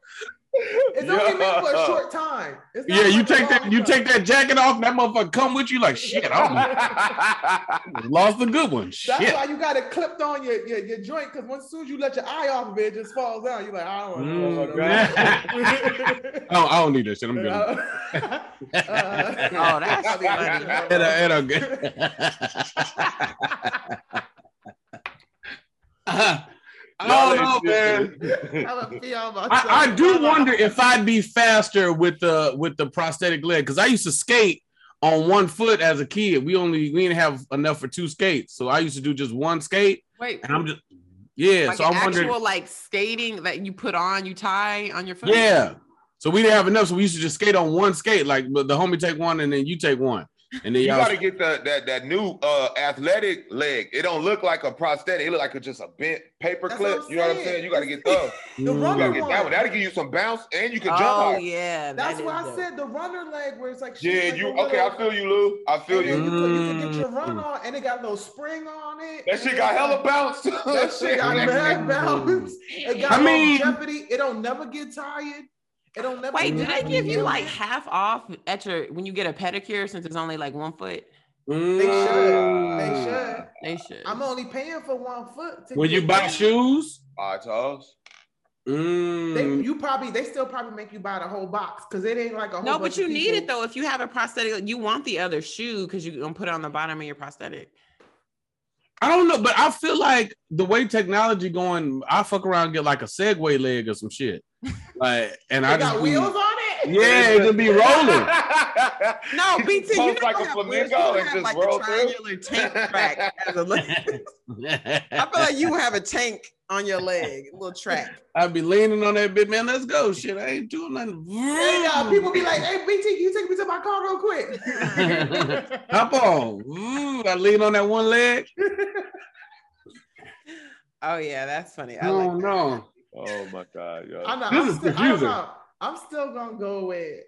S3: It's only meant for a
S2: Yeah.
S3: short time. It's not
S1: Yeah, you
S3: like a
S1: take that.
S3: long
S1: You take
S3: time.
S1: that jacket off. and That motherfucker come with you like shit. I done lost the good one.
S3: That's
S1: Shit.
S3: why you got it clipped on your, your, your joint because once soon as you let your eye off of it, it just falls down. You're like, I don't know.
S1: Mm, I don't, I don't need that shit. I'm good.
S3: Uh,
S4: Oh, that should be funny.
S1: It don't- it don't get- I don't know, man. I, I do wonder if I'd be faster with the with the prosthetic leg because I used to skate on one foot as a kid. We only we didn't have enough for two skates, so I used to do just one skate,
S4: Wait,
S1: and I'm just yeah.
S4: like
S1: so
S4: an
S1: I'm wondering,
S4: actual like skating that you put on, you tie on your foot.
S1: yeah. So we didn't have enough, so we used to just skate on one skate, like but the homie take one and then you take one, and then
S2: You
S1: y'all.
S2: gotta get the, that that new uh, athletic leg. It don't look like a prosthetic. It look like a, just a bent paper
S3: That's
S2: clip.
S3: what I'm
S2: You know what I'm
S3: saying.
S2: saying? You gotta get those.
S3: the
S2: You
S3: runner
S2: gotta get that one.
S3: one.
S2: That'll give you some bounce, and you can jump.
S4: Oh
S2: high.
S4: yeah, that
S3: That's
S4: is
S3: why I
S4: dope.
S3: said the runner leg where it's like shaped
S2: Yeah,
S3: like
S2: you
S3: a
S2: okay? I
S3: little-
S2: feel you, Lou. I feel
S3: and then
S2: you.
S3: you, could, you could get your run on and it got a little spring on it.
S2: That
S3: and
S2: shit
S3: it's
S2: got
S3: like-
S2: hella bounce.
S1: Oh,
S3: That shit got mad balance. It got
S1: I mean-
S3: longevity. It don't never get tired. It don't never.
S4: Wait, do
S3: get
S4: they give you
S3: tired.
S4: like half off at your when you get a pedicure since it's only like one foot?
S3: They should. They
S1: Mm.
S3: should.
S4: They should.
S3: I'm only paying for one foot. to
S1: When
S3: get
S1: you buy
S3: it.
S1: shoes,
S2: All right, Charles.
S3: They,
S1: mm,
S3: you probably they still probably make you buy the whole box because it ain't like a whole
S4: no,
S3: bunch
S4: but you
S3: of
S4: need it
S3: people-
S4: though. If you have a prosthetic, you want the other shoe because you don't put it on the bottom of your prosthetic.
S1: I don't know, but I feel like the way technology going, I fuck around and get like a Segway leg or some shit, like, and I
S3: It got
S1: just be-
S3: wheels on it.
S1: yeah, it just be rolling.
S4: No,
S2: He
S4: BT, you
S2: posed
S4: know
S2: like a
S4: that weird-
S2: flamingo
S4: you
S2: and
S4: have,
S2: just
S4: like
S2: roll
S4: a
S2: through.
S4: triangular tank track. As a leg. I feel like you have a tank on your leg, a little track.
S1: I'd be leaning on that bit, man. Let's go. Shit, I ain't doing nothing.
S3: Hey, y'all, people be like, "Hey, BT, can you take me to my car real quick?"
S1: Hop on. Ooh, I lean on that one leg.
S4: Oh yeah, that's funny. I
S1: No,
S4: like that.
S1: no.
S2: Oh my god,
S3: I
S2: yo.
S3: know.
S1: This
S3: I'm
S1: is
S3: still, I don't
S1: confusing.
S3: know. I'm still gonna go with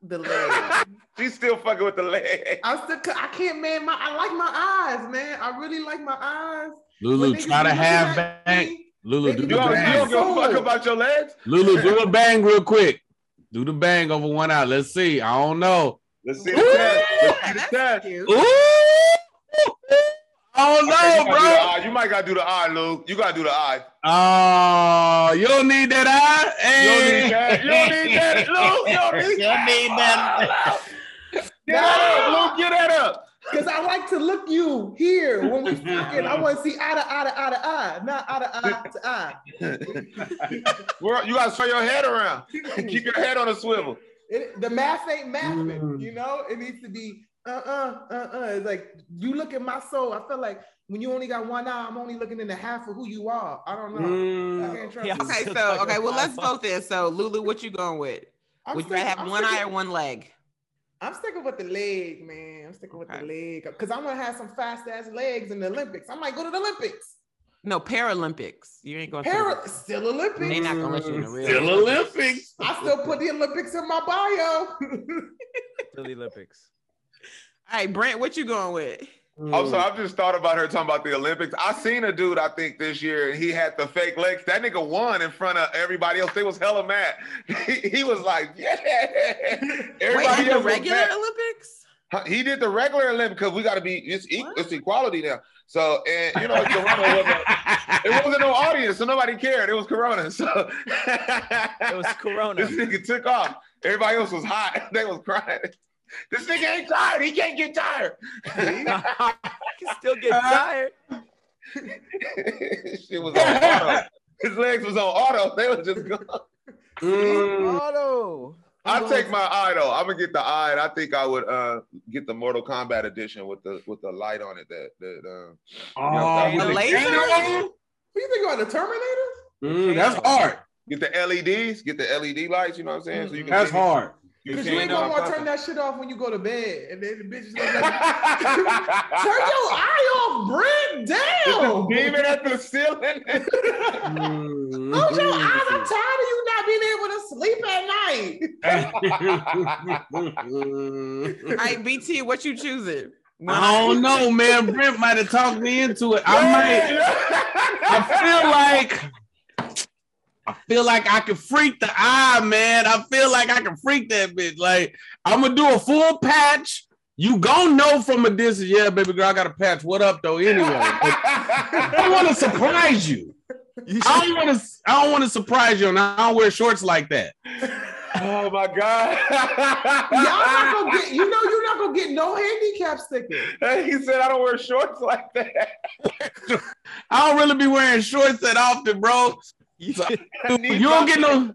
S3: the leg.
S2: She's still fucking with the leg.
S3: I still I can't man my I like my eyes, man. I really like my eyes.
S1: Lulu,
S3: When niggas
S1: try to
S3: be looking
S1: have
S3: at
S1: bang.
S3: me,
S1: Lulu,
S3: They
S1: do
S2: You
S1: the
S3: be
S2: don't, you don't
S1: bang.
S2: give a fuck about your legs?
S1: Lulu, do the bang real quick. Do the bang over one eye. Let's see. I don't know.
S2: Let's see the test. Let's see the
S4: That's
S2: test.
S4: cute.
S1: Ooh.
S2: Okay, you,
S1: Oh no,
S2: gotta do the
S1: bro.
S2: eye. you might gotta do the eye, Lou. You gotta do the eye.
S1: Oh, you don't need that eye.
S2: You don't
S1: Hey.
S2: need that. You don't need that, Lou. You don't need that. Get that up, Lou. Get that up.
S3: Cause I like to look you here when we fucking. I want to see eye to eye to eye to eye, not eye to eye to eye.
S2: Well, you gotta throw your head around. Keep your head on a swivel.
S3: It, the math ain't mathing,
S1: Mm.
S3: you know. It needs to be uh uh uh uh. It's like you look at my soul. I feel like when you only got one eye, I'm only looking into half of who you are. I don't know.
S1: Mm.
S3: I can't trust
S5: Yeah.
S3: you.
S4: Okay, so okay, well let's vote then. So Lulu, what you going with?
S3: I'm
S4: Would you rather
S3: sticking-
S4: have
S3: I'm
S4: one eye
S3: sticking-
S4: or one leg?
S3: I'm sticking with the leg, man. I'm sticking with the leg because I'm gonna have some fast ass legs in the Olympics. I might go to the Olympics.
S4: No, Paralympics. You ain't going
S3: Para,
S4: to.
S3: still Olympics.
S4: They not gonna let you in the real.
S1: Still Olympics.
S3: I still put the Olympics in my bio.
S5: to the Olympics.
S4: All right, Brent, what you going with?
S2: I'm sorry, I've just thought about her talking about the Olympics. I seen a dude, I think, this year, and he had the fake legs. That nigga won in front of everybody else. They was hella mad. He, he was like, yeah.
S4: Wait,
S2: Everybody
S4: at the
S2: else was
S4: regular
S2: mad.
S4: Olympics?
S2: Huh, He did the regular Olympics because we got to be, it's, e- it's equality now. So, and you know, Corona wasn't, it wasn't no audience, so nobody cared. It was Corona. So,
S5: It was Corona.
S2: this nigga took off. Everybody else was hot. They was crying. This nigga ain't tired. He can't get tired.
S4: He can
S5: still
S3: Uh,
S5: get tired.
S2: she was on auto. His legs was on auto. They was just gone.
S1: mm.
S5: Auto.
S2: I take my eye though. I'm gonna get the eye, and I think I would uh get the Mortal Kombat edition with the with the light on it. That that um.
S1: Oh,
S4: The
S1: with
S4: laser?
S3: Who you think about the Terminator?
S1: Mm, that's hard.
S2: Get the LEDs, get the LED lights. You know what I'm saying? So you can
S1: That's
S2: see me.
S1: hard.
S2: You
S3: Because
S2: see
S3: you
S2: me
S3: ain't
S2: now,
S3: gonna
S2: I'm
S3: want to turn
S2: talking.
S3: that shit off when you go to bed, and then the bitch is gonna be like, "Turn your eye off, Brent. Damn,
S2: Beaming at the ceiling.
S3: close your eyes. I'm tired of you not being able to sleep at night."
S1: Mm-hmm.
S4: All right, BT, what you choosing?
S1: I don't know, man. Brent might have talked me into it. I might. I feel like. I feel like I can freak the eye, man. I feel like I can freak that bitch. Like I'm gonna do a full patch. You gonna know from a distance, yeah, baby girl. I got a patch. What up, though? Anyway, Like, I want to surprise you. I don't want to. I don't want to surprise you, and I don't wear shorts like that.
S2: oh my
S3: Y'all
S2: god.
S3: not gonna get. You know, you're not gonna get no handicap sticker.
S2: he said I don't wear shorts like that.
S1: I don't really be wearing shorts that often, bro.
S2: I
S1: You
S2: need
S1: don't get
S2: something.
S1: no.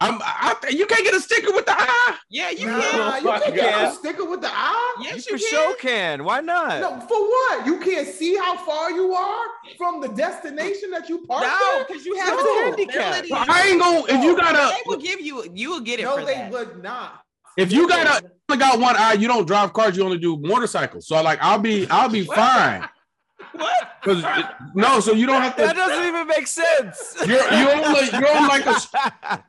S1: I'm, I, you can't get a sticker with the eye.
S4: Yeah, you
S3: Nah,
S4: can.
S3: you
S2: my
S3: can't get no
S5: God.
S3: sticker with the eye.
S4: Yes,
S5: you
S4: you can.
S5: for sure can. Why not?
S3: No, for what? You can't see how far you are from the destination that you parked
S4: No,
S3: at.
S4: because you have
S3: No.
S4: a handicap.
S1: But I ain't gonna. If you got
S4: They
S1: a,
S4: will give you. You will get it
S3: No,
S4: for
S3: they
S4: that.
S3: would not.
S1: if you got a, only got one eye. You don't drive cars. You only do motorcycles. So like, I'll be, I'll be fine.
S4: What?
S1: 'Cause it- no, so you don't have
S5: That
S1: to.
S5: doesn't even make sense.
S1: You're you're on like you're on like a.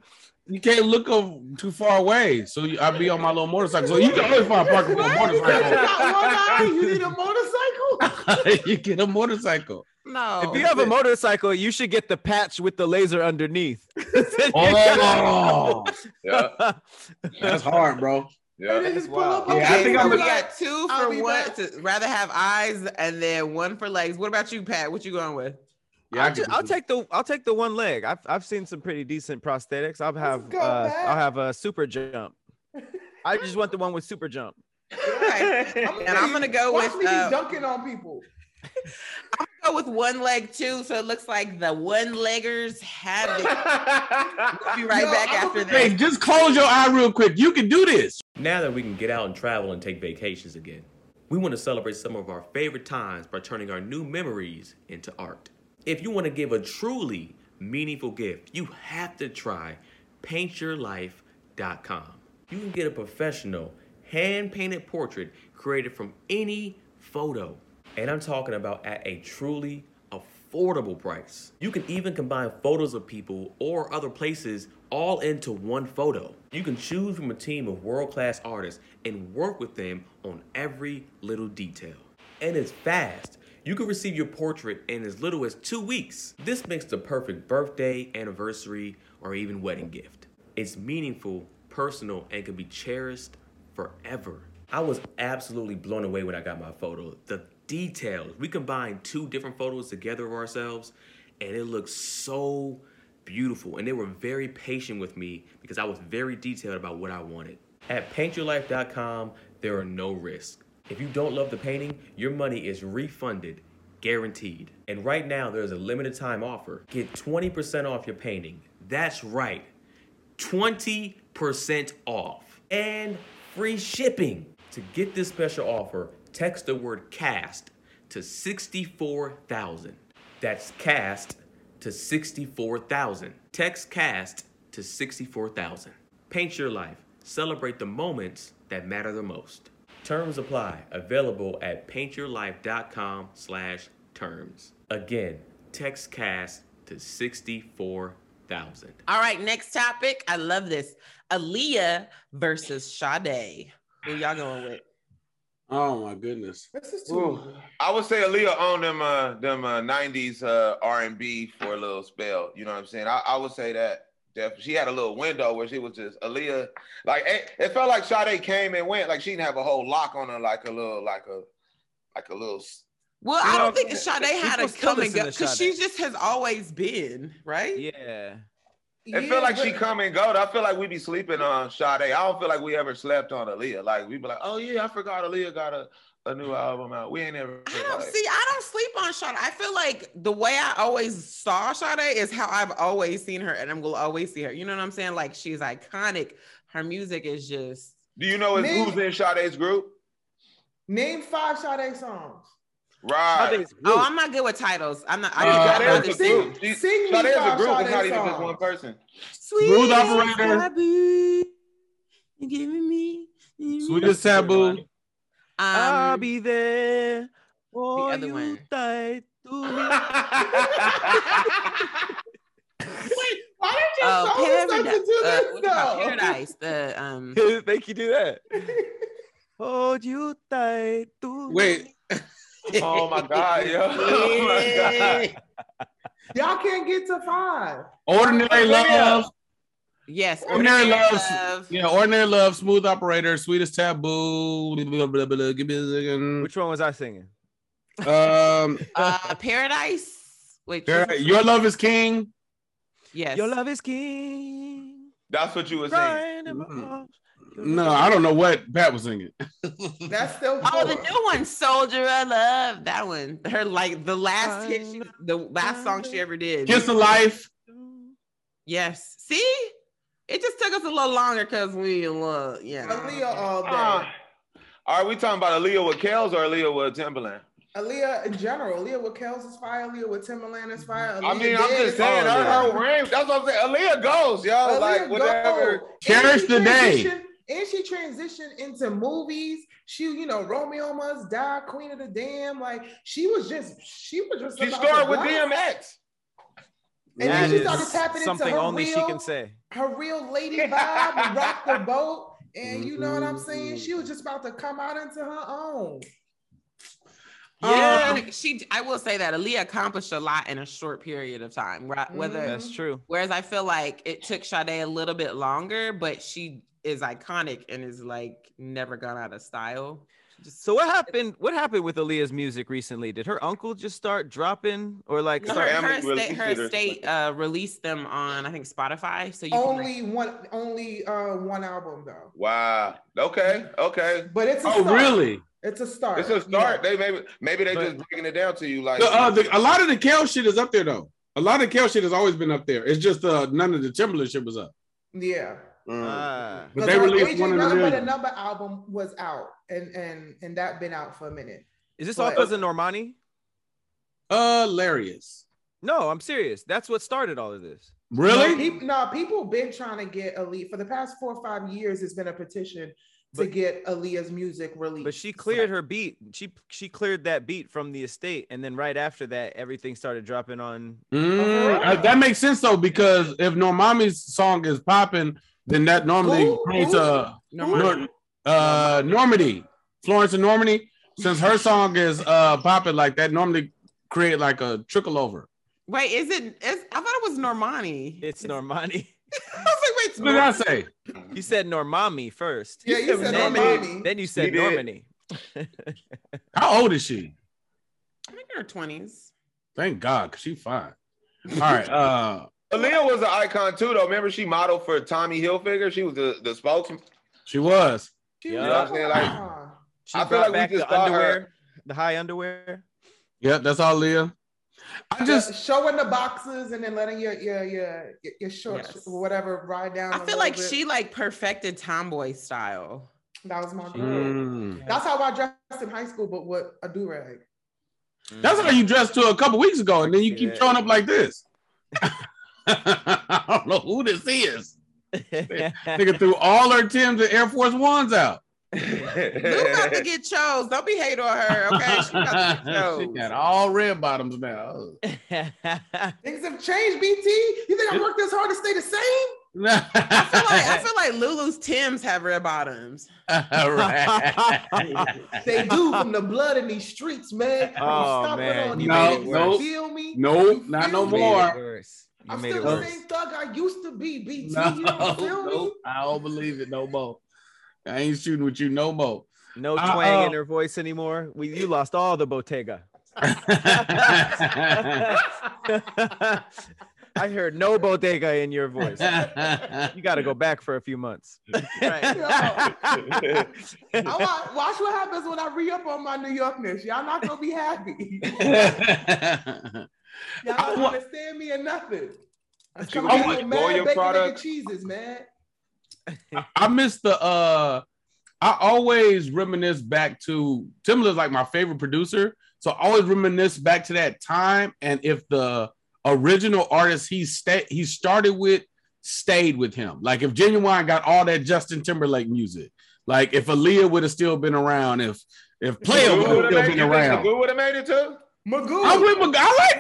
S1: You can't look o- too far away. So you, I'll be on my little motorcycle. So you can only find parking for a
S3: What? Because you
S1: motorcycle.
S3: got one eye, you need a motorcycle.
S1: you get a motorcycle.
S4: No.
S1: Oh,
S5: if you have a motorcycle, you should get the patch with the laser underneath.
S1: Oh,
S2: Yeah,
S1: that's hard, bro.
S3: And
S2: yeah.
S3: then just pull up.
S5: wild.
S1: Yeah, I
S3: okay,
S1: think
S3: so
S1: I'm
S4: we
S3: we
S4: got
S3: got-
S4: two
S3: I'll
S4: for
S3: be
S4: one
S3: back.
S4: to rather have eyes and then one for legs. What about you, Pat? What you going with?
S1: Yeah, I
S5: I'll, ju-
S1: could do
S5: I'll
S1: this.
S5: take the I'll take the one leg. I've I've seen some pretty decent prosthetics. I'll have
S3: go,
S5: uh,
S3: Pat.
S5: I'll have a super jump. I just want the one with super jump.
S4: Okay. and I'm gonna go
S3: Watch
S4: with
S3: me be
S4: uh,
S3: dunking on people.
S4: go with one leg too. So it looks like the one leggers have it. We'll be right
S3: Yo,
S4: back
S3: I'm
S4: after
S3: gonna
S1: Hey,
S4: this.
S1: just close your eye real quick. You can do this.
S7: Now that we can get out and travel and take vacations again, we want to celebrate some of our favorite times by turning our new memories into art. If you want to give a truly meaningful gift, you have to try paintyourlife.com. You can get a professional, hand painted portrait created from any photo. And I'm talking about at a truly affordable price. You can even combine photos of people or other places all into one photo. You can choose from a team of world class artists and work with them on every little detail. And it's fast. You can receive your portrait in as little as two weeks. This makes the perfect birthday, anniversary, or even wedding gift. It's meaningful, personal, and can be cherished forever. I was absolutely blown away when I got my photo. The details. We combined two different photos together of ourselves, and it looked so beautiful. And they were very patient with me because I was very detailed about what I wanted. At paintyourlife.com, there are no risks. If you don't love the painting, your money is refunded, guaranteed. And right now, there's a limited time offer. Get 20% off your painting. That's right. 20% off and free shipping. To get this special offer, text the word CAST to 64,000. That's CAST to 64,000. Text CAST to 64,000. Paint your life. Celebrate the moments that matter the most. Terms apply. Available at paintyourlife.com slash terms. Again, text CAST to 64,000.
S4: All right, next topic. I love this. Aaliyah versus Sade. Who y'all going with?
S1: Oh my goodness.
S3: This is too.
S2: I would say Aaliyah owned them uh, them uh, '90s uh, R&B for a little spell. You know what I'm saying? I, I would say that. Def- she had a little window where she was just Aaliyah. Like it, it felt like Sade came and went. Like she didn't have a whole lock on her. Like a little, like a, like a little. s-
S4: Well,
S2: You
S4: I
S2: know
S4: don't
S2: what I'm
S4: think Sade had a
S5: People still
S4: come and
S5: listen
S4: go
S5: to
S4: because she
S5: Sade.
S4: just has always been, right?
S5: Yeah.
S2: It felt like she come and go. I feel like we be sleeping on Sade. I don't feel like we ever slept on Aaliyah. Like we be like, oh yeah, I forgot Aaliyah got a a new album out. We ain't ever.
S4: I don't
S2: like-
S4: see. I don't sleep on Sade. I feel like the way I always saw Sade is how I've always seen her, and I'm gonna always see her. You know what I'm saying? Like she's iconic. Her music is just.
S2: Do you know it's,
S3: Nigga.
S2: who's in Sade's group?
S3: Name five Sade songs.
S2: Right.
S5: Sade's
S4: Oh,
S5: group.
S4: I'm not good with titles. I'm not.
S1: Uh,
S4: I need
S1: Sade's
S4: to
S2: Sade's
S4: other
S2: a
S4: sing.
S2: group. She-
S3: Sing me
S2: Sade's a
S3: five
S2: group. It's
S3: Sade
S2: not even just
S3: songs.
S2: one person.
S1: Smooth operator.
S4: Taboo, you giving me.
S1: Sweetest taboo.
S5: I'll
S4: Um,
S5: be there. for
S4: other
S5: you
S4: one.
S5: tight to me.
S3: Why did you
S4: oh,
S3: show me
S4: paradise.
S3: something to
S4: Uh,
S3: this
S4: what's it called?
S3: though?
S4: paradise. The um.
S5: Make you do that. Hold you tight to
S1: Wait,
S2: oh my god, yo! Oh my god.
S3: Y'all can't get to five.
S1: ordinary love.
S4: Yes.
S1: Ordinary Love.
S4: Love.
S1: Yeah, ordinary love. Smooth operator. Sweetest taboo. Blah, blah, blah, blah. Give me a
S5: Which one was I singing?
S1: second. Um,
S4: Uh, paradise. Wait.
S1: Girl,
S4: this is-
S1: your love is king.
S4: Yes.
S5: Your love is king.
S2: That's what you was saying.
S5: Right in my
S1: Mm.
S5: arms. Your
S1: No,
S5: love-
S1: I don't know what Pat was singing.
S3: That's still four.
S4: Oh, the new one, Soldier of Love. That one. Her like the last hit, she, the last song she ever did.
S1: Kiss of life.
S4: Yes. See, it just took us a little longer because we in love. Yeah.
S3: Aaliyah all day.
S2: Ah. Are we talking about Aaliyah with Kels or Aaliyah with Timberland?
S3: Aaliyah in general. Aaliyah with Kels is fire. Aaliyah with Timberland is fire. Aaliyah
S2: I mean, I'm
S3: dead
S2: just
S3: is
S2: saying
S3: fire.
S2: her, her range. That's what I'm saying. Aaliyah goes, yo.
S3: Aaliyah
S2: like
S3: go.
S2: whatever.
S3: And
S1: Cherish
S3: she
S1: the day.
S3: transitioned- And she transitioned into movies. She, you know, Romeo Must Die, Queen of the Dam. Like she was just, she was just.
S2: She
S3: about
S2: started
S3: to
S2: with
S3: rock.
S2: DMX.
S3: And
S5: That
S3: then she
S5: is
S3: started tapping into
S5: something
S3: her
S5: only
S3: real,
S5: she can say.
S3: her real lady vibe, and rock the boat. And you know what I'm
S1: Mm-hmm.
S3: saying? She was just about to come out into her own.
S4: Yeah. she. I will say that Aaliyah accomplished a lot in a short period of time. Right. Whether
S5: That's true.
S4: whereas I feel like it took Sade a little bit longer, but she is iconic and is like never gone out of style. She just
S5: So what happened? What happened with Aaliyah's music recently? Did her uncle just start dropping, or like
S4: No,
S5: start?
S4: her, her
S2: Family
S4: estate, her
S2: released it or
S4: estate uh, released them on I think Spotify. So you can, like,
S3: Only one, only uh, one album though.
S2: Wow. Okay. Okay.
S3: But it's a
S1: Oh,
S3: start.
S1: really?
S3: It's a start.
S2: It's a start. They maybe maybe they
S5: But-
S2: just breaking it down to you like
S1: The, uh, the, a lot of the Kel shit is up there though. A lot of Kel shit has always been up there. It's just uh, none of the Timberland shit was up.
S3: Yeah.
S2: Mm.
S5: Ah.
S1: But
S3: 'Cause
S1: they
S3: her
S1: released
S3: AJ
S1: one in a
S3: Nothing But
S1: million.
S3: Another album was out, and and and that been out for a minute.
S5: is this all
S3: But-
S5: because of Normani?
S1: Hilarious.
S5: No, I'm serious. That's what started all of this.
S3: No,
S1: Really?
S3: peop- no, people been trying to get Aaliyah for the past four or five years. It's been a petition to
S5: But-
S3: get Aaliyah's music released.
S5: But she cleared her beat. She she cleared that beat from the estate, and then right after that, everything started dropping on.
S1: Mm, uh, that makes sense though because if Normami's song is popping, then that normally
S3: Who?
S1: creates
S3: Who?
S1: a
S4: Normani.
S1: Nor- uh, Normandy, Florence and Normandy. Since her song is uh popping like that, normally create like a trickle over.
S4: wait, is it? Is, I thought it was Normani.
S5: It's Normani.
S4: I was like,
S1: What
S4: wait,
S1: did I
S4: it's
S1: say?
S5: You said Normami first.
S3: yeah, you said
S5: Then,
S3: Normani.
S5: then you said
S2: did.
S5: Normani.
S1: How old is she?
S4: Normani. I think in her twenties.
S1: Thank God, cause she fine. All right. Uh
S2: Aaliyah was an icon too, though. Remember, she modeled for Tommy Hilfiger. She was the, the spokesman.
S1: she was.
S3: She
S5: Yeah.
S3: was uh-huh.
S5: You know what
S2: I'm saying? Like-
S3: fine.
S2: I
S5: She
S2: feel like
S5: brought
S2: we
S5: back
S2: just
S5: the
S2: saw her-
S5: underwear, the high underwear.
S1: Yep, that's all Leah. I just
S3: Just showing the boxes and then letting your your your your- your shorts
S4: Yes.
S3: or whatever ride down.
S4: I
S3: a
S4: feel
S3: little
S4: like
S3: bit.
S4: she like perfected tomboy style.
S3: That was my girl.
S1: Mm.
S3: That's how I dressed in high school, but with a do rag.
S1: that's how you dressed to a couple weeks ago, and then you keep
S5: Yeah.
S1: showing up like this. I don't know who this is. Nigga threw all her Tim's and Air Force Ones out.
S4: Who about to get chose? Don't be hate on her, okay? She about to get
S1: she
S4: chose.
S1: got all red bottoms now. Oh.
S3: Things have changed, BT. You think I worked this hard to stay the same?
S4: I feel like I feel like Lulu's Tim's have red bottoms.
S1: All right.
S3: They do from the blood in these streets, man. You
S5: Oh,
S3: stop
S5: man.
S3: it on
S5: You
S3: you,
S1: made it
S3: man.
S1: worse.
S3: You feel me?
S1: Nope,
S3: You
S1: not
S3: feel
S1: no
S3: me?
S1: more.
S5: You
S3: I'm
S5: made it
S3: still the same
S5: worse.
S3: thug I used to be, BT.
S1: no,
S3: You don't feel me?
S1: nope, I don't believe it no more. I ain't shooting with you no more.
S5: No
S1: Uh,
S5: twang in
S1: uh,
S5: her voice anymore. We you lost all the Bottega. I heard no bodega in your voice. You got to go back for a few months.
S3: Right. I watch, watch what happens when I re up on my New Yorkness. Y'all not gonna be happy. Y'all don't
S1: wa-
S3: understand me or nothing. I'm
S2: You
S3: coming out
S2: want
S3: with
S2: all your
S3: mad bacon and
S2: products?
S3: cheeses, man.
S1: I miss the uh I always reminisce back to Timbaland's like my favorite producer. So I always reminisce back to that time and if the original artist he sta- he started with stayed with him. Like if Genuine got all that Justin Timberlake music. Like if Aaliyah would have still been around, if if Player would have
S2: would've
S1: still
S2: made-
S1: been
S2: you think
S1: around.
S2: Magoo would have made it too.
S3: Magoo.
S1: I'm with Magoo. I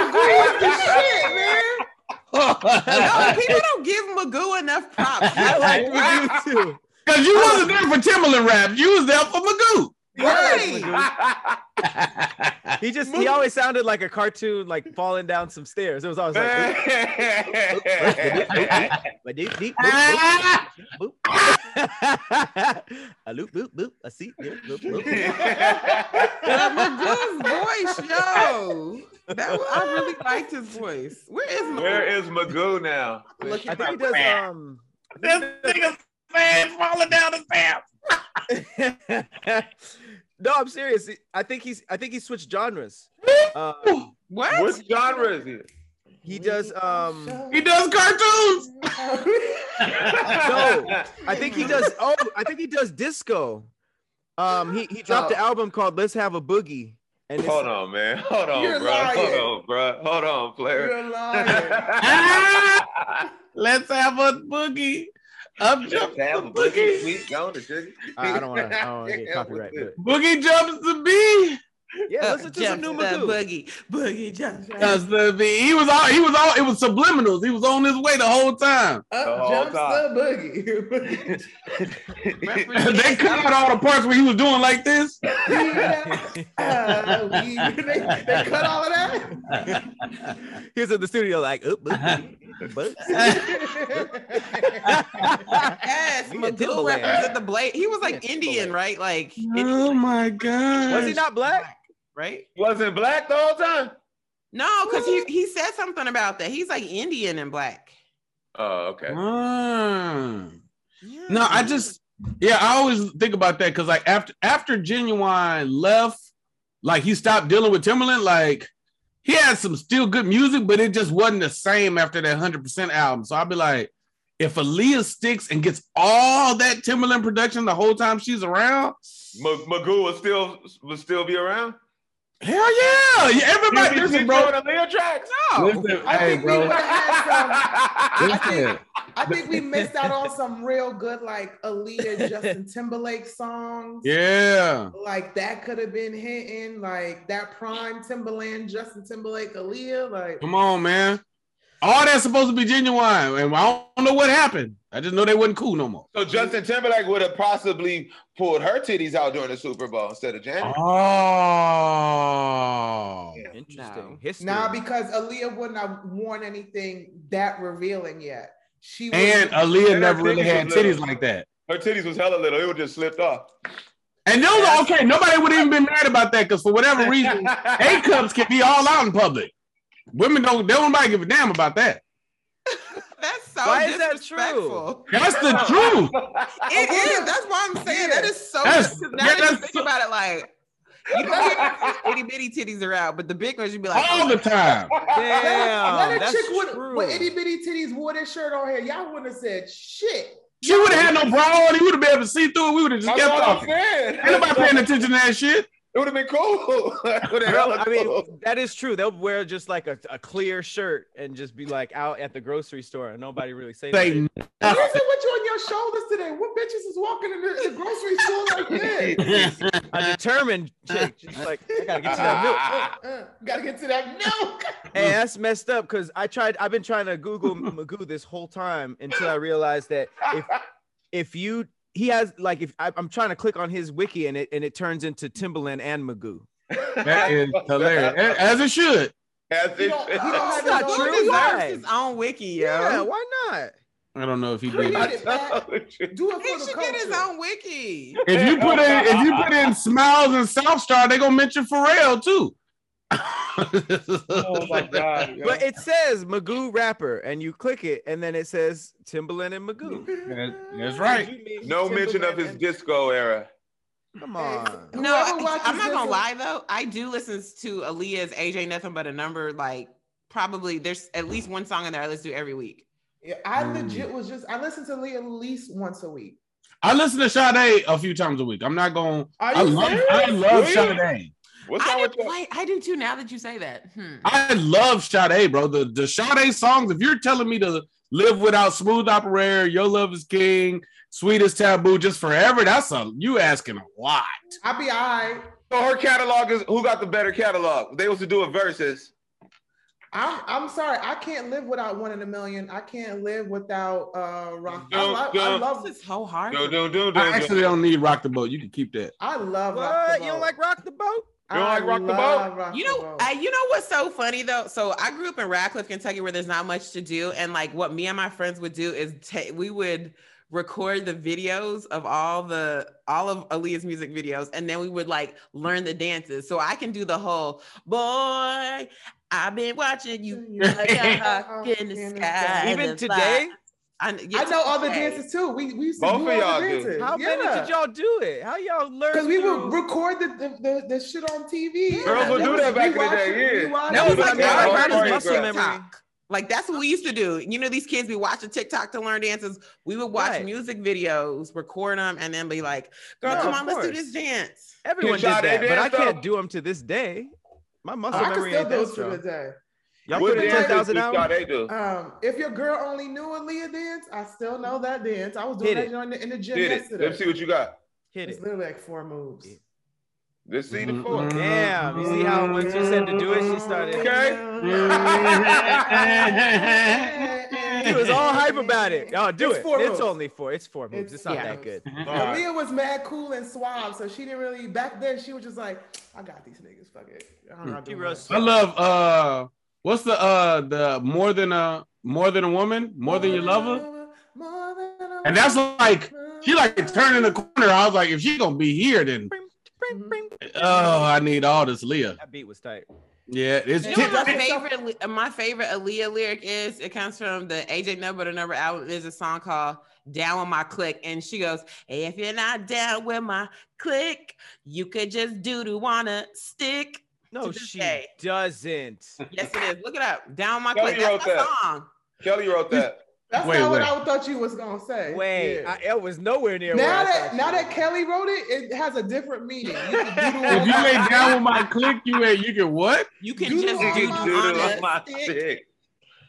S3: Magoo is the shit, man.
S1: like
S4: No,
S1: Magoo.
S4: oh, people don't give Magoo enough props.
S5: I like Magoo too.
S1: Because you wasn't there for Timberland rap. You was there for Magoo.
S4: Right.
S5: He just he always sounded like a cartoon, like falling down some stairs. It was always like.
S2: Man.
S5: Ba doop doop boop boop boop. A loop boop boop. A seat boop boop boop.
S4: Magoo's voice, yo. That was, I really liked his voice. Where is Magoo?
S2: Where is Magoo now?
S4: Look
S5: I
S4: at
S5: think he
S4: that.
S5: does um.
S1: falling down the stairs.
S5: no, I'm serious. I think he's I think he switched genres. Uh,
S4: What?
S2: What genre is it?
S5: he does um.
S1: He does cartoons.
S5: No, I think he does. Oh, I think he does disco. Um, he, he dropped an album called "Let's Have a Boogie," and it's,
S2: Hold on, man. Hold on,
S3: You're
S2: bro.
S3: lying.
S2: Hold on, bro. Hold on, player.
S3: You're lying.
S1: Let's have a boogie. Up jumps the boogie.
S2: We going to sugar.
S5: I I don't want to. I don't want to get copyright. But
S1: Boogie jumps the bee.
S4: Uh,
S5: yeah, listen to some
S4: Jump
S5: new
S4: the
S5: Magoo.
S4: Boogie. Boogie jump.
S1: Jumps the bee. He was all. He was all. It was subliminals. He was on his way the whole time.
S2: The
S3: Up
S2: whole
S3: jumps
S2: time.
S3: the boogie.
S1: they cut out all the parts where he was doing like this.
S3: Uh, we- they, they cut all of that.
S5: He was in the studio like, oop, oop, oop, oop.
S4: Yes,
S5: He a
S4: Magoo
S5: Timberland.
S4: represented the blade. He was like
S5: He a
S4: Indian,
S5: Timberland.
S4: right? Like,
S1: Oh my god.
S5: was he not black?
S4: right?
S2: Wasn't black the whole time.
S4: No, because he, he said something about that. He's like Indian and black.
S2: Oh, okay.
S1: Ah.
S4: Yeah.
S1: No, I just yeah, I always think about that because like after after Genuine left, like he stopped dealing with Timberland, like he had some still good music, but it just wasn't the same after that hundred percent album. So I'd be like, if Aaliyah sticks and gets all that Timberland production the whole time she's around,
S2: Ma- Magoo will still will still be around.
S1: hell yeah, yeah
S2: You
S1: everybody
S2: be-
S1: listen,
S2: you
S1: bro.
S2: doing the Lil tracks.
S5: Oh,
S1: Listen,
S3: I
S1: hey,
S3: think we
S1: bro.
S3: would have some. I
S1: Listen.
S3: think, I think we missed out on some real good, like Aaliyah, Justin Timberlake songs.
S1: Yeah,
S3: Like that could have been hitting, like that prime Timberland, Justin Timberlake, Aaliyah. Like
S1: come on, man. All that's supposed to be genuine, and I don't know what happened. I just know they wasn't cool no more.
S2: So Justin Timberlake would have possibly pulled her titties out during the Super Bowl instead of Janet.
S1: Uh-huh. Oh.
S2: Yeah.
S5: Interesting.
S4: No.
S5: History.
S3: nah, because Aaliyah wouldn't have worn anything that revealing yet. She
S1: And uh,
S3: was-
S1: Aaliyah
S2: And
S1: never
S2: her
S1: really
S2: titties
S1: had
S2: was little.
S1: titties like that.
S2: Her titties was hella little. It would just slipped off.
S1: And those are okay. Nobody would even been mad about that because for whatever reason, A cups can be all out in public. Women don't, they don't nobody give a damn about that.
S4: That's so
S5: Why is that
S4: disrespectful.
S1: That's the truth.
S4: It is. That's why I'm saying that is so.
S1: That's-
S4: That's,
S1: yeah,
S4: now that you
S1: that's
S4: think
S1: so-
S4: about it, like you don't get itty bitty titties are out, but the big ones you'd be like, "Oh,
S1: All the time.
S5: Damn,
S3: Let a
S5: that's
S3: chick with,
S5: true.
S3: with itty bitty titties wore this shirt on here. Y'all wouldn't have said shit.
S1: She would have had no bra on. He would have been able to see through it. We would have just
S2: That's
S1: kept
S2: all I'm
S1: talking.
S2: saying.
S1: Ain't nobody paying attention to that shit.
S2: It would have been cool. It would've
S5: Bro,
S2: hella
S5: I mean,
S2: cool.
S5: that is true. They'll wear just like a, a clear shirt and just be like out at the grocery store and nobody really say
S1: Say
S5: nothing.
S3: Listen, what you on your shoulders today? What bitches is walking in the, in the grocery store like this?
S5: A determined chick. She's like, I gotta get to that milk.
S3: Uh, gotta get to that milk.
S5: Hey, that's messed up because I tried. I've been trying to Google Magoo this whole time until I realized that if if you he has like if I, I'm trying to click on his wiki and it and it turns into Timbaland and Magoo.
S1: That is hilarious. As it should.
S2: As
S3: You don't, you
S2: it-
S3: don't have
S5: That's
S3: to
S5: not
S3: know
S5: true.
S3: who you are.
S5: Why?
S4: deserves his own wiki, yo.
S5: Yeah, why not?
S1: I don't know if he
S3: Create
S1: did.
S3: it, man. Do it
S4: He
S3: for the
S4: should
S3: culture.
S4: get his own wiki.
S1: If you put in if you put in Smiles and South Star, they gonna mention Pharrell too. oh
S2: my god.
S5: But it says Magoo rapper, and you click it, and then it says Timbaland and Magoo.
S1: That's right.
S5: You mean
S2: No mention of
S5: Timbaland
S2: his
S5: and-
S2: disco era.
S5: Come on.
S4: No,
S3: Whoever
S4: I,
S3: watches
S4: I'm not
S3: this
S4: gonna
S3: is-
S4: lie though. I do listen to Aaliyah's "AJ Nothing But a Number." Like probably there's at least one song in there I listen to every week.
S3: Yeah, I
S2: Mm.
S3: legit was just I listen to Lee at least once a week.
S1: I listen to Sade a few times a week. I'm not going. to
S3: Are
S1: I
S3: you
S1: love.
S3: serious?
S1: I love
S2: Really?
S1: Sade.
S2: What's wrong
S4: I
S2: with
S4: do,
S2: you?
S4: like, I do too. Now that you say that, hmm.
S1: I love Sade, bro. The the Sade songs. If you're telling me to live without Smooth Operator, Your Love Is King, Sweetest Taboo, just forever. That's a you asking a lot.
S3: I be all right.
S2: So her catalog is who got the better catalog? They was to do a versus.
S3: I'm I'm sorry. I can't live without one in a million. I can't live without uh rock. I
S2: Dun,
S3: love I
S2: dun.
S3: love
S4: this is so hard.
S2: Do, do, do, do, do.
S1: I actually don't need Rock the Boat. You can keep that.
S3: I love Rock the
S5: What? You don't
S3: Boat.
S5: like Rock the Boat?
S2: You don't
S3: I
S2: like Rock the
S3: love Rock
S4: You
S3: the
S4: know,
S3: Boat.
S4: I, you know what's so funny though? So I grew up in Radcliffe, Kentucky, where there's not much to do, and like what me and my friends would do is ta- we would record the videos of all the all of Aaliyah's music videos, and then we would like learn the dances. So I can do the whole boy. I've been watching you like a hawk in the sky.
S5: Even
S4: and
S5: today?
S4: fly." I,
S3: Oh, I know all the
S4: today.
S3: dances too. We we used to
S2: Both
S3: do
S2: of
S3: all
S2: y'all do.
S3: the dances.
S5: How
S3: yeah.
S5: many did y'all do it? How y'all learn?
S3: Because we would
S5: through-
S3: record the the, the, the shit on TV.
S2: Girls would do that back in the day, yeah.
S3: Rewatch it,
S4: That
S3: rewatch
S4: was like
S3: it.
S2: Yeah,
S4: my
S2: all
S4: grandma's
S2: choreographed.
S4: muscle memory. Like that's what we used to do. You know, these kids be watching TikTok to learn dances. We would watch
S5: Right.
S4: music videos, record them, and then be like, "Girl,
S5: No,
S4: come
S5: of
S4: on, let's do
S5: course.
S4: this dance."
S5: Everyone
S2: Did
S5: did
S2: y'all- they
S5: that, but I
S2: danced
S5: can't
S2: though?
S5: do them to this day. My muscle
S3: I can
S5: memory
S3: still
S5: ain't
S3: do
S5: that
S3: it to
S5: strong.
S3: today.
S5: Y'all
S2: What
S5: put
S3: couldn't
S5: in
S3: do
S5: ten
S3: it.
S2: dances
S5: thousand
S2: do y'all
S5: hours.
S2: they do?
S3: Um, if your girl only knew a Leah dance, I still know that dance. I was doing
S5: Hit
S3: that
S5: it.
S3: joint in the, in the gym
S2: Did it.
S3: yesterday.
S2: Let's see what you got.
S5: Hit
S3: It's
S5: it.
S3: literally like four moves.
S2: Let's see the four.
S5: Mm-hmm. Damn. You see how when she said to do it, she started. She was all hype about it. Oh, do
S3: It's
S5: it.
S3: four moves.
S5: It's only four. It's four moves.
S3: It's-
S5: It's, not
S3: yeah.
S5: that good.
S3: And Leah was mad cool and suave, so she didn't really. Back then, she was just like, "I got these niggas, fuck it." I don't know. how to
S5: Hmm. She
S3: do
S5: real
S3: it.
S5: sweet.
S1: I love uh what's the uh the more than a more than a woman, more than your lover.
S3: More than a
S1: And that's like
S3: lover.
S1: she like turning the corner. I was like, if she gonna be here, then
S3: Mhm.
S1: oh I need all this Leah.
S5: That beat was tight.
S1: Yeah, it's
S4: You know what my
S3: Yeah.
S4: favorite, li- my favorite Aaliyah lyric is? It comes from the AJ Number the Number album. There's a song called "Down with My Click," and she goes, "If you're not down with my click, you could just do to wanna stick."
S5: No,
S4: this
S5: she
S4: day.
S5: doesn't.
S4: Yes, it is. Look it up. Down with my
S2: Kelly
S4: click. That's
S2: wrote
S4: my
S2: that.
S4: song.
S2: Kelly wrote that.
S3: That's
S1: Wait,
S3: not what
S1: wait.
S3: I thought you was gonna say.
S5: Wait,
S3: Yeah.
S5: I, it was nowhere near. where
S3: now
S5: I
S3: that
S5: thought
S3: now
S5: she
S3: that
S5: was.
S3: Kelly wrote it, it has a different meaning. You can do the
S1: if you
S3: one-
S1: ain't down with my click, you ain't you can what?
S4: You can
S3: Doodle
S4: just
S3: on
S4: do
S3: my
S4: to
S3: stick.
S4: wanna
S2: my
S4: stick.
S2: stick.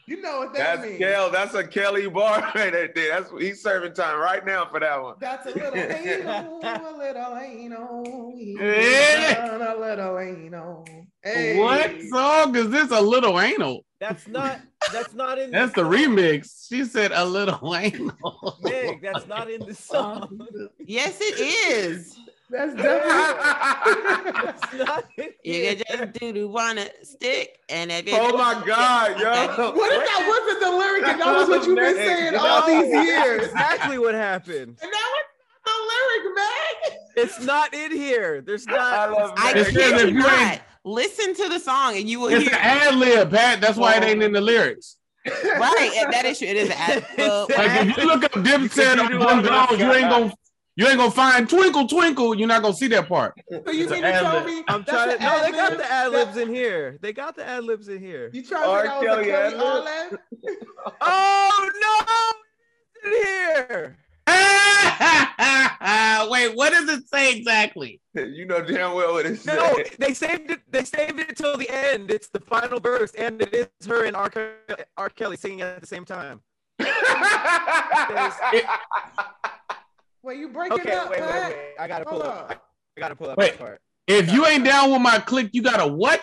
S3: you know what that
S2: That's
S3: means.
S2: Kel. That's a Kelly bar right there. That's he's serving time right now for that one.
S3: That's a little anal, a little anal,
S1: Yeah.
S3: a little anal. Hey.
S1: What song is this? A little anal.
S5: That's not. That's not in.
S1: That's the remix. She said a little anal.
S5: Meg, that's not in the song.
S4: Yes, it is.
S3: That's definitely.
S5: That's not in
S4: You
S5: here.
S4: can just do to wanna stick, and if
S2: oh my god, yo.
S3: What if that wasn't the lyric and that was what you've been saying all
S5: No,
S3: these
S5: that's
S3: years?
S5: Exactly what happened.
S3: And that was not the lyric, man.
S5: It's not in here. There's
S2: I
S5: not.
S2: love
S4: I
S1: It
S2: Meg.
S1: says
S4: kid
S1: if
S4: you
S1: you
S4: not.
S1: ain't-
S4: Listen to the song, and
S2: Oh,
S4: you will
S1: It's
S4: hear.
S1: an ad lib, Pat. That's why it ain't in the lyrics.
S4: Right, and that is true. It is an ad lib.
S5: It's-
S1: Like if you look up Dipset
S2: You
S1: on
S2: do
S1: Bum
S2: it on
S1: Jones, you ain't gonna you ain't gonna find Twinkle Twinkle. You're not gonna see that part.
S3: So you
S1: It's
S3: mean
S1: an
S3: to tell
S1: ad-lib.
S3: me?
S5: I'm
S3: that's
S5: trying
S3: an
S5: to. No, they
S3: ad-lib?
S5: got the ad libs in here. They got the ad libs in here.
S3: You trying to
S2: R.
S3: say that was a
S2: Kelly
S3: Kelly
S2: ad-lib?
S3: Olive?
S5: Oh no! It's in here.
S6: Wait, what does it say exactly?
S2: You know damn well what it
S5: No,
S2: said.
S5: they saved it. They saved it till the end. It's the final verse, and it is her and R. Ke- R. Kelly singing at the same time.
S3: Well, you breaking
S5: Okay,
S3: up,
S5: wait, wait,
S3: Pat.
S5: wait. I gotta pull
S3: Hold
S5: up.
S3: up.
S5: I gotta pull up
S1: Wait.
S5: that part.
S1: If you ain't down with my click, you got a what?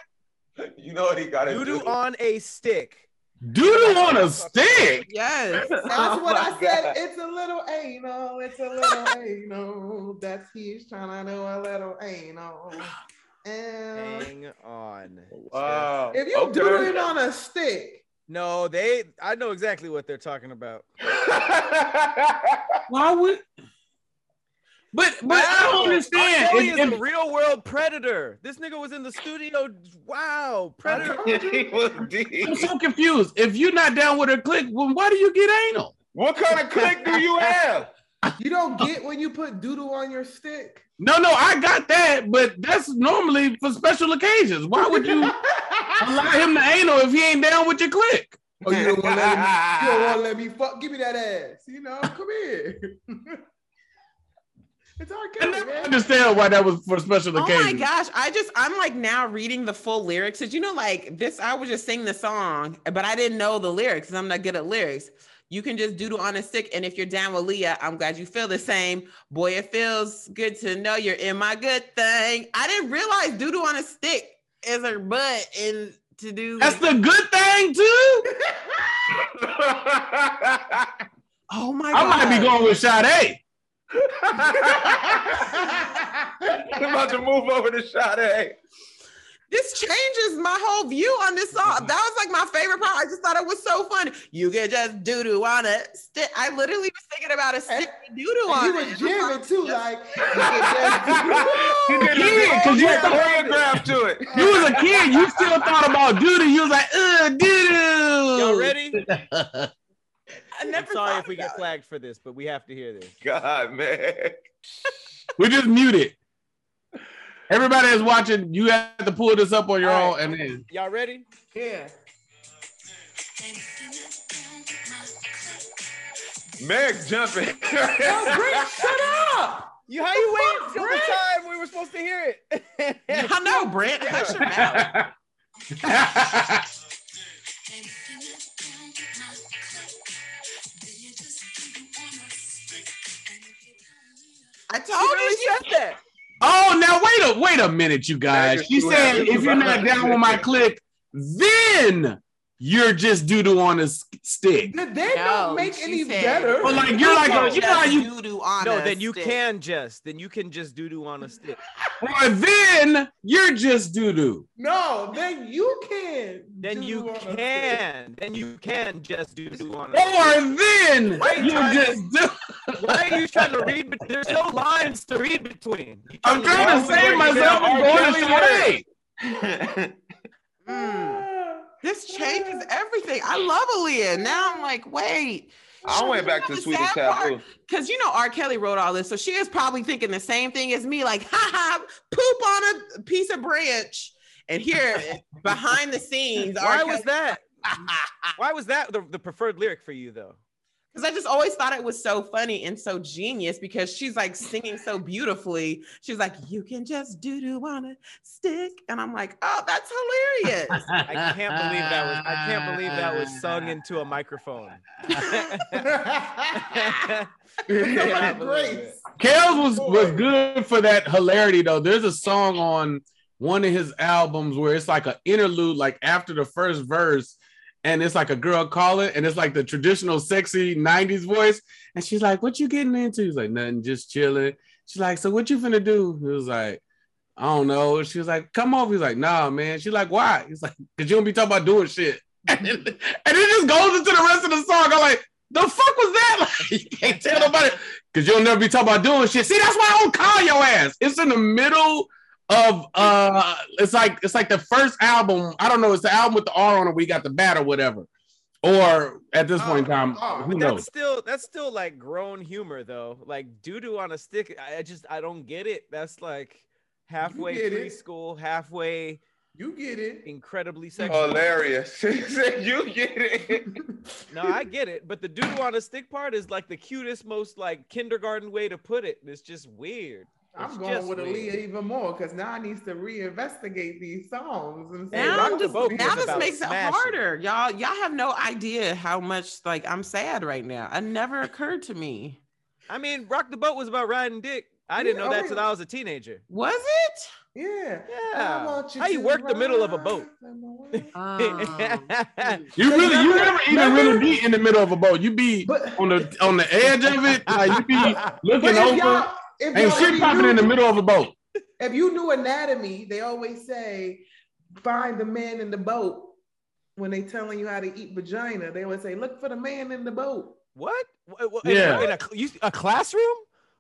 S2: you know what he got to
S5: Doodoo
S2: do.
S5: on a stick.
S1: Doodle on a stick.
S4: Yes.
S3: That's
S2: Oh
S3: what I
S2: my
S3: said.
S2: God.
S3: It's a little anal. It's a little anal. That's he's trying to do a little anal.
S5: Uh,
S3: And
S5: Hang on.
S2: Wow.
S3: if you
S2: Okay.
S3: do it on a stick,
S5: No, they. I know exactly what they're talking about.
S1: Why would But but I don't understand.
S5: Kelly
S1: It-
S5: is a
S1: it-
S5: real world predator. This nigga was in the studio. Wow, predator.
S2: He was deep.
S1: I'm so confused. If you're not down with her clique, well, why do you get anal?
S2: What kind of click do you have?
S3: You don't get when you put doodle on your stick.
S1: No, no, I got that, but that's normally for special occasions. Why would you allow him to anal if he ain't down with your clique?
S3: Oh, you don't want to let me. You don't want to let me fuck. Give me that ass. You know, come here. it's our
S1: I
S3: Kelly,
S1: never
S3: man.
S1: understand why that was for special
S4: Oh my
S1: occasions.
S4: gosh, I just I'm like now reading the full lyrics. Did you know like this? I would just sing the song, but I didn't know the lyrics because I'm not good at lyrics. You can just doodle on a stick, and if you're down with Leah, I'm glad you feel the same. Boy, it feels good to know you're in my good thing. I didn't realize doodle on a stick is her butt and to do.
S1: That's the good thing too.
S4: oh my
S1: I
S4: god!
S1: might be going with Sade.
S2: I'm about to move over to shot A.
S4: This changes my whole view on this
S5: Uh-huh.
S4: song. That was like my favorite part. I just thought it was so funny. You could just doo doo on a stick. I literally was thinking about a stick and doo doo on
S3: He
S4: it.
S3: was
S4: And I'm like,
S3: jamming too, like you can
S2: He did
S1: Yeah, 'cause
S2: because
S1: you
S2: you had
S1: thought-
S2: choreograph to it.
S1: You was a kid. You still thought about duty. You was like, uh, duty.
S5: Y'all ready?
S4: I
S5: I'm
S4: never
S5: sorry
S4: thought
S5: if we get flagged for this, but we have to hear this.
S2: God, man.
S1: We just muted. Everybody that's watching, you have to pull this up on your
S5: All
S1: own. And then
S5: Y'all ready?
S3: just
S2: Meg jumping.
S3: yeah. Shut up.
S5: You how you waited
S3: fuck,
S5: till the
S3: Brent?
S5: time we were supposed to hear it?
S4: about I know, Brent. Hush your mouth. I told
S5: you
S4: you.
S5: really
S4: she-
S5: said that.
S1: oh, now wait a wait a minute, you guys. She said, if you're not down with my click, then you're just doo doo on a s- stick.
S3: Did they
S4: No,
S3: not make
S4: she
S3: any
S4: said-
S3: better?
S1: But like you're like, a, you know how you,
S4: doo-doo on
S5: No,
S4: a
S5: then you
S4: stick.
S5: can just then you can just doo doo on a stick.
S1: or then you're just doo doo.
S3: No, then you can.
S5: Then
S3: do
S5: you
S3: on a stick.
S5: can. Then you can just doo doo on a stick.
S1: Or then
S5: Wait,
S1: you're
S5: time.
S1: just doo.
S5: Why are you trying to read? bet- There's no lines to read between. You
S1: I'm trying to
S5: Why would
S1: save
S5: you
S1: myself
S5: say
S1: from going to
S5: R. Kelly
S1: Sade.
S4: Mm. This changes everything. I love Aaliyah. Now I'm like, wait.
S2: I went back to
S4: The
S2: Swedish
S4: sad part-
S2: taboo.
S4: Cause you know R. Kelly wrote all this, so she is probably thinking the same thing as me, like, ha ha, poop on a piece of branch. And here behind the scenes,
S5: Why
S4: R.
S5: was
S4: Kelly,
S5: that? Why was that the, the preferred lyric for you though?
S4: because I just always thought it was so funny and so genius because she's like singing so beautifully. She's like, you can just do do on a stick. And I'm like, oh, that's hilarious.
S5: I can't believe that was. I can't believe that was sung into a microphone.
S3: Somebody grace.
S1: Kels was was
S3: Boy.
S1: good for that hilarity though. There's a song on one of his albums where it's like an interlude, like after the first verse, and it's like a girl calling, and it's like the traditional sexy '90s voice, and she's like, "What you getting into?" He's like, "Nothing, just chilling." She's like, "So what you finna do?" He was like, "I don't know." She was like, "Come over." He's like, "Nah, man." She's like, "Why?" He's like, "Cause you don't be talking about doing shit." And it, and it just goes into the rest of the song. I'm like, "The fuck was that?" Like, you can't tell nobody. Cause you'll never be talking about doing shit. See, that's why I don't call your ass. It's in the middle of uh it's like it's like the first album. I don't know, it's the album with the R on it, we got the bat or whatever. Or at this point in time,
S3: Oh, oh,
S1: who
S5: That's
S1: knows?
S5: still that's still like grown humor though. Like doo doo on a stick. I, I just I don't get it. That's like halfway
S3: get it.
S5: preschool, halfway
S3: You get it.
S5: incredibly sexual.
S2: Hilarious. She said, you get it.
S5: No, I get it, but the doo doo on a stick part is like the cutest, most like kindergarten way to put it. It's just weird.
S3: I'm
S5: It's
S3: going
S5: just
S3: with
S5: weird.
S3: Aaliyah even more because now I needs to reinvestigate these songs. And say,
S4: now
S5: Rock
S4: I'm
S5: the
S4: just,
S5: Boat was
S4: now this
S5: about
S4: makes
S5: smashing.
S4: it harder. Y'all, y'all have no idea how much like I'm sad right now. It never occurred to me.
S5: I mean, rock the boat was about riding dick. I didn't know
S3: Yeah,
S5: that
S3: okay.
S5: till I was a teenager.
S4: Was it?
S3: yeah. I
S5: Yeah,
S3: want
S5: how you
S3: to
S5: work the middle of a boat?
S3: rise in the world.
S5: Oh.
S4: Um,
S1: You really you
S3: Remember-
S1: never even
S3: remember-
S1: really be in the middle of a boat. You be
S3: But,
S1: on the on the edge of it, like you be
S3: but
S1: looking
S3: if
S1: over.
S3: y'all, if
S1: Ain't
S3: y'all
S1: shit
S3: really
S1: popping
S3: knew-
S1: in the middle of a boat.
S3: if you knew anatomy, they always say, find the man in the boat. When they telling you how to eat vagina, they would say, look for the man in the boat.
S5: what? Wha- wha-
S1: Yeah.
S5: In a, in a, you- a classroom?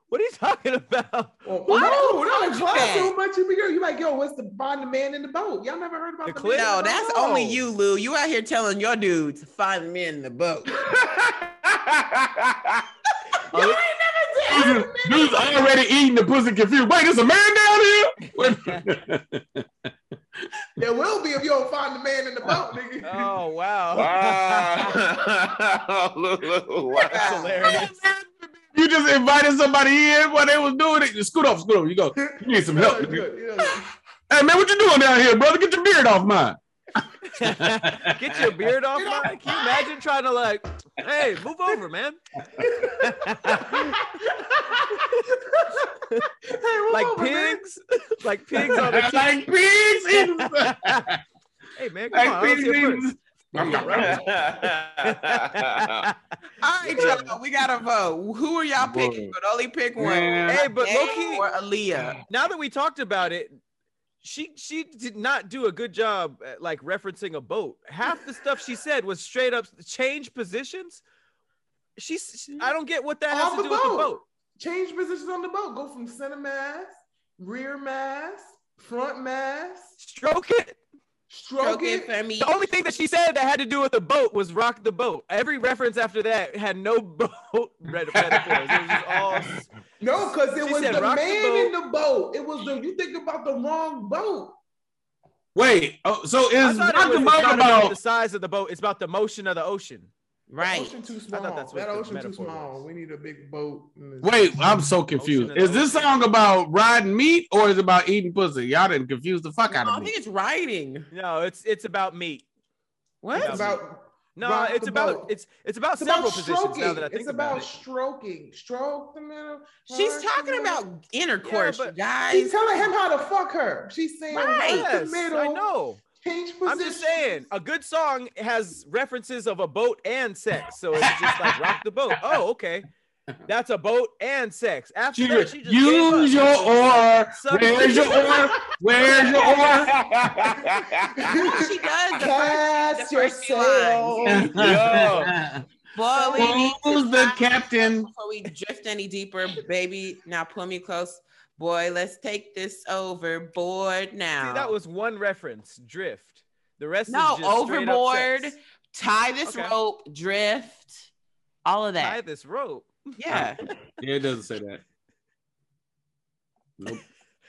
S5: What are you talking about?
S3: Well,
S4: Why
S3: No,
S4: would
S3: no,
S4: you
S3: why
S4: that?
S3: so much? You be you're like, yo, what's the find the man in the boat? Y'all never heard about
S5: The
S3: the
S5: clip?
S3: Man
S4: No,
S3: in the
S4: that's
S3: boat?
S4: only you, Lou. You out here telling your dudes to find me in the boat.
S1: Dude's dude's already eating the pussy confused. Wait, there's a man down here? Wait.
S3: There will be if you don't find the man in the boat, nigga.
S5: Oh wow.
S2: wow. Lulu,
S5: That's
S2: wow.
S5: hilarious.
S1: you just invited somebody in while they was doing it. Just scoot off, scoot off. You go. You need some help.
S3: Yeah,
S1: nigga.
S3: yeah, yeah.
S1: Hey man, what you doing down here, brother? Get your beard off mine.
S5: Get your beard off, Mike. Can you imagine trying to like, hey, move over, man. like pigs, like pigs on the
S1: like pigs in
S5: Hey man, come on,
S1: like
S5: I don't
S1: pigs
S5: see a
S1: in.
S5: purse.
S1: I'm not right.
S4: All right, y'all, we got to vote. Who are y'all picking? But only pick one.
S1: Man.
S5: Hey, but
S4: Dave
S5: low key,
S4: or Aaliyah.
S5: now that we talked about it, she she did not do a good job at like referencing a boat. Half the stuff she said was straight up change positions. She's I don't get what that has
S3: Off
S5: to
S3: the
S5: do with the
S3: boat.
S5: boat.
S3: Change positions on the boat. Go from center mass, rear mass, front mass,
S5: Stroke it.
S3: stroke, it.
S4: for me.
S5: The only thing that she said that had to do with the boat was rock the boat. Every reference after that had no boat red metaphors. It was just all
S3: No, because it
S5: She
S3: was
S5: said
S3: the
S5: rock the
S3: man
S5: boat.
S3: in the boat. It was the you think about the wrong boat.
S1: Wait. Oh, so
S5: I
S1: is
S5: thought
S1: Rock
S5: it was
S1: the
S5: it's not
S1: Boat
S5: about the
S1: about?
S5: size of the boat. It's about the motion of the ocean.
S4: Right.
S3: Ocean too
S5: I
S3: small.
S5: thought that's what
S3: that
S5: the
S3: ocean too
S5: metaphor
S3: small.
S5: was.
S3: We need a big boat.
S1: Wait, I'm so confused.
S5: Ocean
S1: Is
S5: and
S1: this
S5: ocean.
S1: song about riding meat or is it about eating pussy? Y'all didn't confuse the fuck out
S4: No, I
S1: of me.
S4: think it's writing.
S5: No, it's it's about meat.
S4: What?
S5: Yeah.
S3: It's about
S5: No,
S3: Rock
S5: it's
S3: the
S5: about
S3: boat.
S5: it's it's about
S3: it's
S5: several
S3: about
S5: positions now
S3: stroking.
S5: that I think
S3: It's about,
S5: about it.
S3: stroking. Stroke the middle.
S4: She's
S3: hard to
S4: talking
S3: know.
S4: about intercourse,
S5: Yeah, but-
S4: you guys.
S3: She's telling him how to fuck her. She's saying
S4: Right.
S3: right. the
S5: Yes,
S3: middle.
S5: I know.
S3: Change position.
S5: I'm just saying, a good song has references of a boat and sex, so it's just like rock the boat. Oh, okay, that's a boat and sex. After
S1: She-
S5: that, she just
S1: use
S5: gave
S1: your
S5: up.
S1: oar.
S5: Suck
S1: Where's your oar? Where's your oar?
S4: she does the first,
S3: Cast
S4: the first few lines.
S3: yourself.
S4: Boy, we need to
S1: Who's the
S4: find-
S1: captain?
S4: Before we drift any deeper, baby, now pull me close. Boy, let's take this overboard now.
S5: See, that was one reference. Drift. The rest
S4: No,
S5: is just straight up
S4: overboard,
S5: sex.
S4: tie this
S5: Okay.
S4: rope, drift, all of
S5: Tie
S4: that.
S5: this rope.
S4: yeah.
S1: Yeah, it doesn't say that.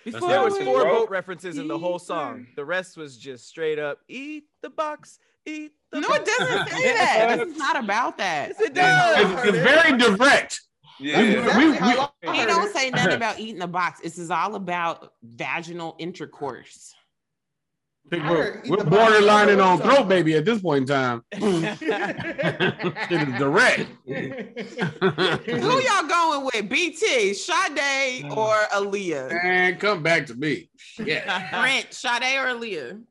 S4: Before
S1: Well,
S5: There was
S4: we-
S5: four
S2: rope.
S5: boat references in the whole song. The rest was just straight up eat the box, eat the
S4: no,
S5: box.
S4: it doesn't say that. This is not about that.
S5: Yes, it does.
S1: It's, it's very direct.
S2: Yeah.
S1: We-
S3: Exactly
S1: we-
S3: how I
S4: He
S3: heard
S4: don't
S3: it.
S4: say nothing about eating the box. This is all about vaginal intercourse.
S1: I think we're,
S3: Alright, eat
S1: we're
S3: the box.
S1: borderlining on
S3: What's up?
S1: throat baby at this point in time. It is direct.
S4: Who y'all going with? BT, Sade,
S1: Mm.
S4: or Aaliyah?
S1: And come back to me. Yeah.
S4: Brent, Sade or Aaliyah?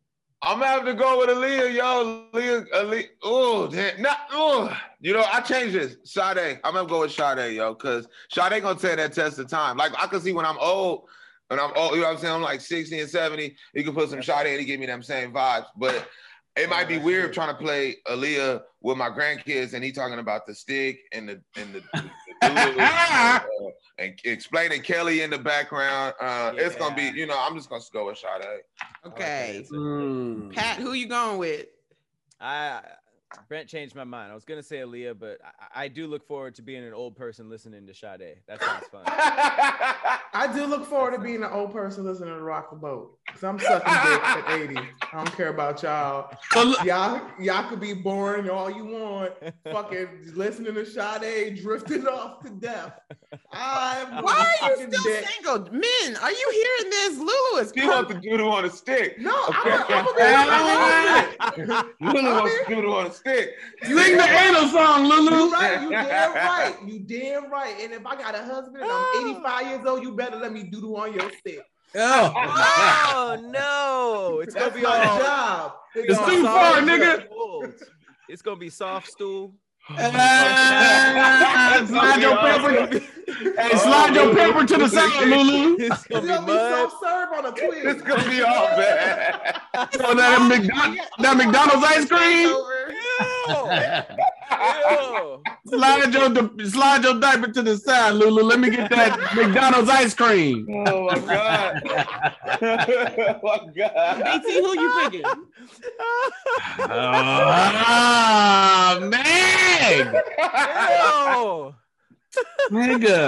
S2: I'm gonna have to go with Aaliyah, yo. Aaliyah, Aaliyah. Oh, damn. Nah, oh. You know, I changed this. Sade. I'm gonna go with Sade, yo, because Sade gonna take that test of time. Like I can see when I'm old, when I'm old, you know what I'm saying? I'm like 60 and 70. You can put some Sade and it give me them same vibes. But it might be weird trying to play Aaliyah with my grandkids and he talking about the stick and the and the, the doodles, uh, and explaining Kelly in the background. Uh, it's gonna be,
S5: Yeah.
S2: you know, I'm just gonna go with Sade.
S4: Okay.
S1: Mm.
S4: Pat, who you going with?
S5: I Brent changed my mind. I was gonna say Aaliyah, but I, I do look forward to being an old person listening to Sade. That sounds fun.
S3: I do look forward to being an old person listening to Rock the Boat. Because I'm sucking dick at 80. I don't care about y'all.
S1: So,
S3: Y'all, y'all could be boring all you want. Fucking listening to Sade drifting off to death. I'm
S4: Why are you
S3: sucking
S4: still
S3: dick.
S4: single? Men, are you hearing this? Lulu is
S2: She wants the doodle on a stick.
S3: No, I'm
S2: Okay.
S3: gonna be honest with you.
S2: Lulu
S3: I
S2: wants
S3: mean-
S2: the doodle on a stick.
S1: sing the anal song,
S3: You
S1: Lulu.
S3: right, you damn right, you damn right. And if I got a husband and I'm 85 years old, you better let me doodle on your stick.
S1: Oh.
S5: oh no! It's gonna
S3: That's
S5: be
S3: my
S5: all.
S3: job.
S1: It's
S5: all
S1: too
S5: soft
S1: far,
S5: and
S1: nigga.
S5: cold. It's gonna be soft stool.
S1: Ah, slide your pepper. Hey, slide your pepper to the side, Lulu.
S5: It's
S3: It's
S5: gonna be
S3: gonna be
S5: mud.
S3: self-serve on a twig.
S2: It's gonna be all bad.
S1: Oh, that, McDon- that McDonald's ice cream.
S4: over.
S5: Ew. Ew.
S1: slide your slide your diaper to the side, Lulu. Let me get that McDonald's ice cream.
S2: Oh my god! oh my god!
S4: BT, who you picking?
S1: Ah, man,
S5: Ew.
S1: nigga.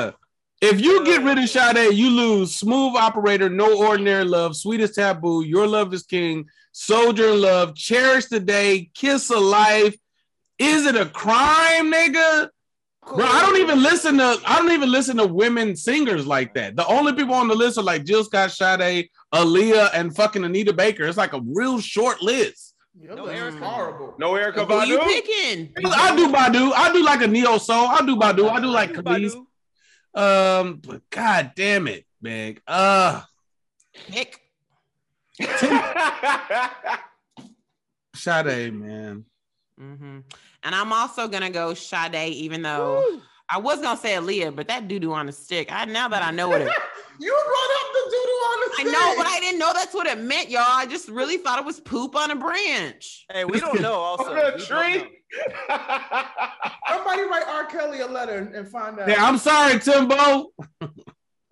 S1: If you get rid of Sade, you lose Smooth Operator, No Ordinary Love, Sweetest Taboo, Your Love is King, Soldier in Love, Cherish the Day, Kiss of Life. Is it a crime, nigga? Bro, I don't even listen to I don't even listen to women singers like that. The only people on the list are like Jill Scott Sade, Aaliyah, and fucking Anita Baker. It's like a real short list.
S3: Your
S5: No,
S3: list is
S5: Erica.
S3: horrible.
S2: No Erica
S4: Who you
S2: Badu.
S4: picking?
S1: I do Badu. I do like a neo soul. I do Badu. I do like Khalees.
S5: Badu.
S1: Um, but god damn it, man. Uh
S4: Nick.
S1: Sade, man.
S4: hmm And I'm also gonna go Sade, even though I was gonna say Aaliyah, but that doo doo on the stick. I now that I know what it,
S3: You brought up the doodle on the
S4: I
S3: stick.
S4: know, but I didn't know that's what it meant, y'all. I just really thought it was poop on a branch.
S5: Hey, we don't know. Also,
S2: On
S5: We
S2: the
S5: don't know.
S2: tree.
S3: Somebody write R. Kelly a letter and- and find out.
S1: Yeah, I'm sorry, Timbo.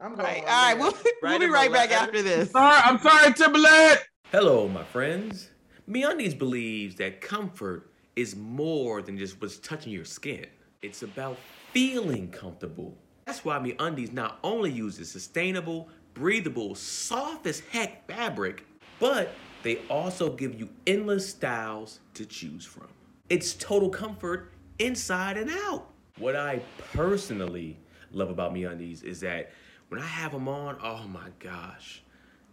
S3: I'm
S4: All
S3: going.
S4: right, all right, we'll, we'll
S5: Write
S4: be
S5: him a
S4: Oh, right back
S5: letter.
S4: after this.
S1: Sorry, I'm sorry, Timberland.
S7: Hello, my friends. MeUndies believes that comfort is more than just what's touching your skin. It's about feeling comfortable. That's why MeUndies not only uses sustainable, breathable, soft as heck fabric, but they also give you endless styles to choose from. It's total comfort inside and out. What I personally love about MeUndies is that when I have them on, oh my gosh,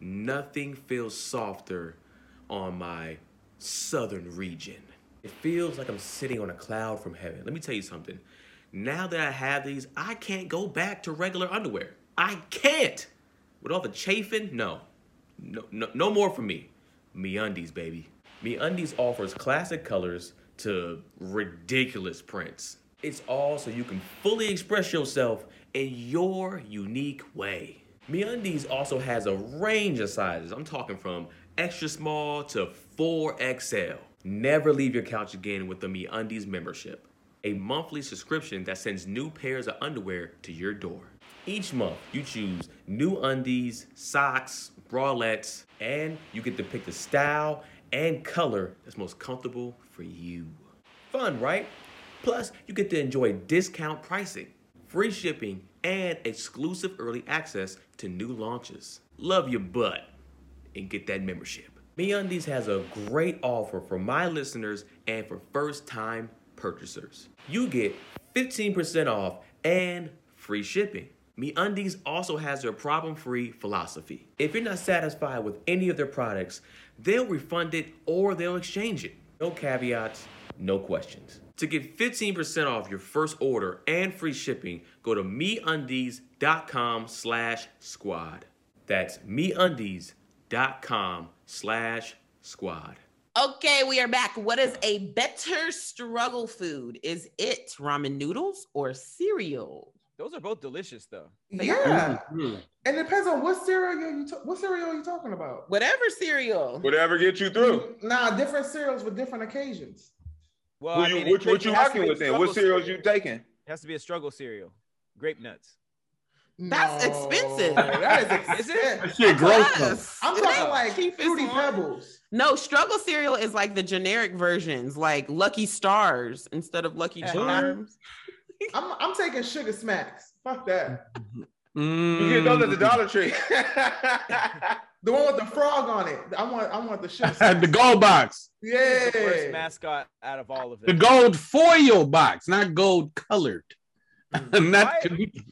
S7: Nothing feels softer on my southern region. It feels like I'm sitting on a cloud from heaven. Let me tell you something. Now that I have these, I can't go back to regular underwear. I can't. With all the chafing, no. No, no, no more for me. MeUndies, baby. MeUndies offers classic colors to ridiculous prints. It's all so you can fully express yourself in your unique way. MeUndies also has a range of sizes. I'm talking from extra small to 4XL. Never leave your couch again with the MeUndies membership a monthly subscription that sends new pairs of underwear to your door. Each month, you choose new undies, socks, bralettes, and you get to pick the style and color that's most comfortable for you. Fun, right? Plus, you get to enjoy discount pricing, free shipping, and exclusive early access to new launches. Love your butt and get that membership. MeUndies has a great offer for my listeners and for first-time purchasers. You get 15% off and free shipping. MeUndies also has their problem-free philosophy. If you're not satisfied with any of their products, they'll refund it or they'll exchange it. No caveats, no questions. To get 15% off your first order and free shipping, go to MeUndies.com slash squad. That's MeUndies.com slash squad.
S4: Okay, we are back. What is a better struggle food? Is it ramen noodles or cereal?
S5: Those are both delicious, though.
S3: Yeah, and it depends on what cereal you ta- what cereal you talking about.
S4: Whatever cereal.
S2: Whatever gets you through.
S3: Nah, different cereals for different occasions.
S5: Well,
S2: Who
S5: I mean,
S2: you,
S5: it-
S2: which,
S5: it
S2: what you
S5: has to
S2: working
S5: be
S2: with then?
S5: struggle
S2: What cereals you
S5: cereal.
S2: taking?
S5: It has to be a struggle cereal. Grape nuts.
S4: That's expensive.
S3: That is expensive.
S5: Is it?
S1: Shit, gross. though.
S4: Yes.
S3: I'm
S4: It
S3: talking
S4: ain't
S3: like
S4: cheap as
S3: fruity
S4: one.
S3: pebbles.
S4: No, struggle cereal is like the generic versions, like Lucky Stars instead of Lucky
S5: Uh-huh.
S4: Charms.
S3: I'm I'm taking sugar smacks. Fuck that.
S2: You get those at the
S1: Mm.
S2: Dollar Tree.
S5: Mm.
S3: The one with the frog on it. I want I want the sugar.
S1: At the
S3: smacks.
S1: gold box,
S5: The first
S3: Yeah.
S5: mascot out of all of
S1: the
S5: them.
S1: gold foil box, not gold colored. not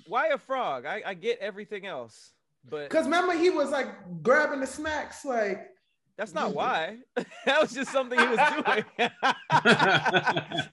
S5: Why a frog? I, I get everything else, but
S3: Cause remember he was like grabbing the snacks like
S5: that's not why. that was just something he was doing.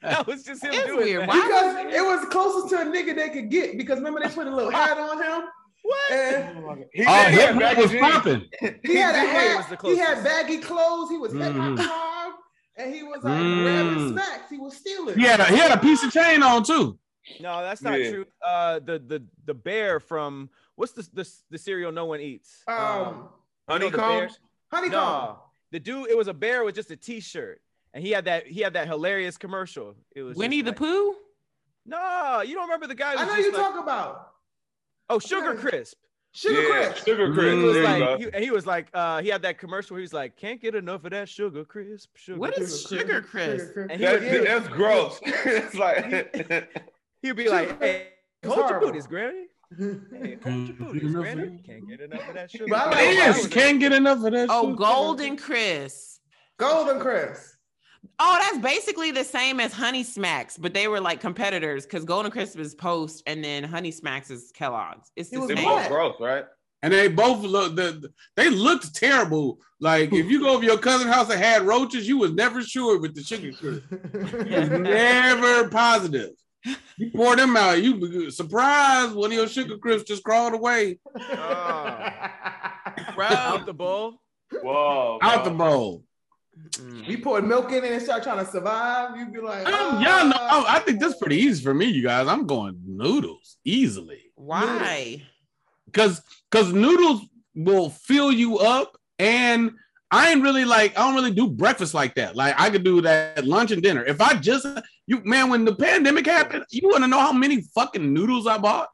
S5: that was just him
S4: It's
S5: doing
S4: weird.
S5: that.
S4: Why-
S3: because it was closest to a nigga they could get because remember they put a little hat on him
S5: What?
S3: and
S2: He
S1: Oh,
S2: did
S1: hip
S2: have
S1: hop
S2: baggy
S1: was
S2: jeans.
S1: popping.
S3: he had a
S5: He did,
S3: hat.
S5: was the
S3: he had
S5: closest.
S3: baggy clothes. He was hip hop
S1: Mhm.
S3: hard, and he was like
S1: Mm.
S3: grabbing snacks. He was stealing.
S1: He had a, he had a piece of chain on too.
S5: No, that's not
S2: Yeah.
S5: true. Uh, the the the bear from what's the the, the cereal no one eats?
S3: um,
S5: Oh. you know, the bear-
S2: Honeycombs?
S3: honeycomb.
S5: No, the dude. It was a bear with just a T-shirt, and he had that he had that hilarious commercial. It was
S4: Winnie
S5: just
S4: the
S5: like-
S4: Pooh?
S5: No, you don't remember the guy who
S3: I
S5: was
S3: know
S5: just
S3: you
S5: like,
S3: talk about
S5: oh Sugar Crisp.
S3: Sugar
S2: yeah,
S3: Crisp.
S2: Sugar Crisp.
S5: He was
S2: There you
S5: like,
S2: go.
S5: he, and he was like, uh, he had that commercial where he was like, can't get enough of that Sugar Crisp. Sugar
S4: What is
S5: Crisp."
S4: Sugar Crisp?
S5: And he
S2: That-
S5: would,
S2: that's,
S5: he would,
S2: gross. it's like
S5: he would be
S3: Sugar
S5: like, hey,
S3: It's
S5: hold your
S3: horrible.
S5: booties, Granny. Hey, hold your
S1: Mm,
S5: booties,
S1: enough of
S5: Granny.
S1: that.
S5: Can't get enough of that sugar.
S3: But I like-
S5: Yes,
S1: Yes, can't get enough of that.
S4: Oh,
S1: shit.
S4: Golden Crisp.
S3: Golden Crisp.
S4: Oh, that's basically the same as Honey Smacks, but they were like competitors because Golden Crisp is Post and then Honey Smacks is Kellogg's. It's
S3: It
S4: the
S3: was
S2: they
S4: same.
S2: both gross, right?
S1: And they both look the they looked terrible. Like if you go over your cousin's house and had roaches, you was never sure with the sugar crisp. never positive. You pour them out, you be surprised one of your sugar crisps just crawled away
S5: Oh. Out the bowl.
S2: Whoa.
S1: out the bowl.
S3: you pour milk in it and start trying to survive. You'd be like,
S1: Um, y'all know.
S3: "Ah."
S1: I think this is pretty easy for me, you guys. I'm going noodles easily.
S4: Why?
S1: because because noodles will fill you up and i ain't really like i don't really do breakfast like that like i could do that at lunch and dinner if i just you man when the pandemic happened you want to know how many fucking noodles i bought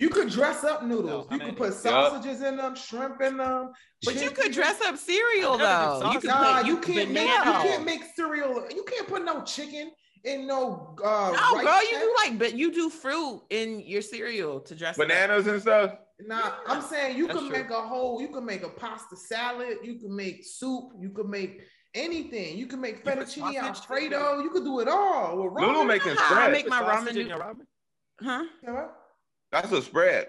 S3: You could dress up noodles. you
S5: No, I
S3: could
S5: mean-
S3: put sausages in them, shrimp in them.
S4: But you
S3: chicken-
S4: could dress up cereal
S5: I've
S4: though.
S5: never
S4: You
S5: did
S3: Nah, you can't
S4: could put
S3: make you
S4: banana.
S3: can't make cereal. You can't put no chicken in no. Uh,
S4: No,
S3: rice
S4: girl, Oh, you
S3: pack.
S4: do like, but you do fruit in your cereal to dress it up.
S2: Bananas and stuff.
S3: Nah, I'm saying you
S5: That's
S3: can
S5: true.
S3: make a whole. You can make a pasta salad. You can make soup. You can make anything. You can make
S5: put
S3: fettuccine
S5: sausage in
S3: alfredo. You could do it all with
S2: Lulu
S3: ramen.
S2: making
S4: Nah, I
S2: spread.
S4: make my
S5: Sausage
S4: ramen
S5: in your
S4: noodle-
S5: ramen?
S4: Huh?
S2: That's a spread.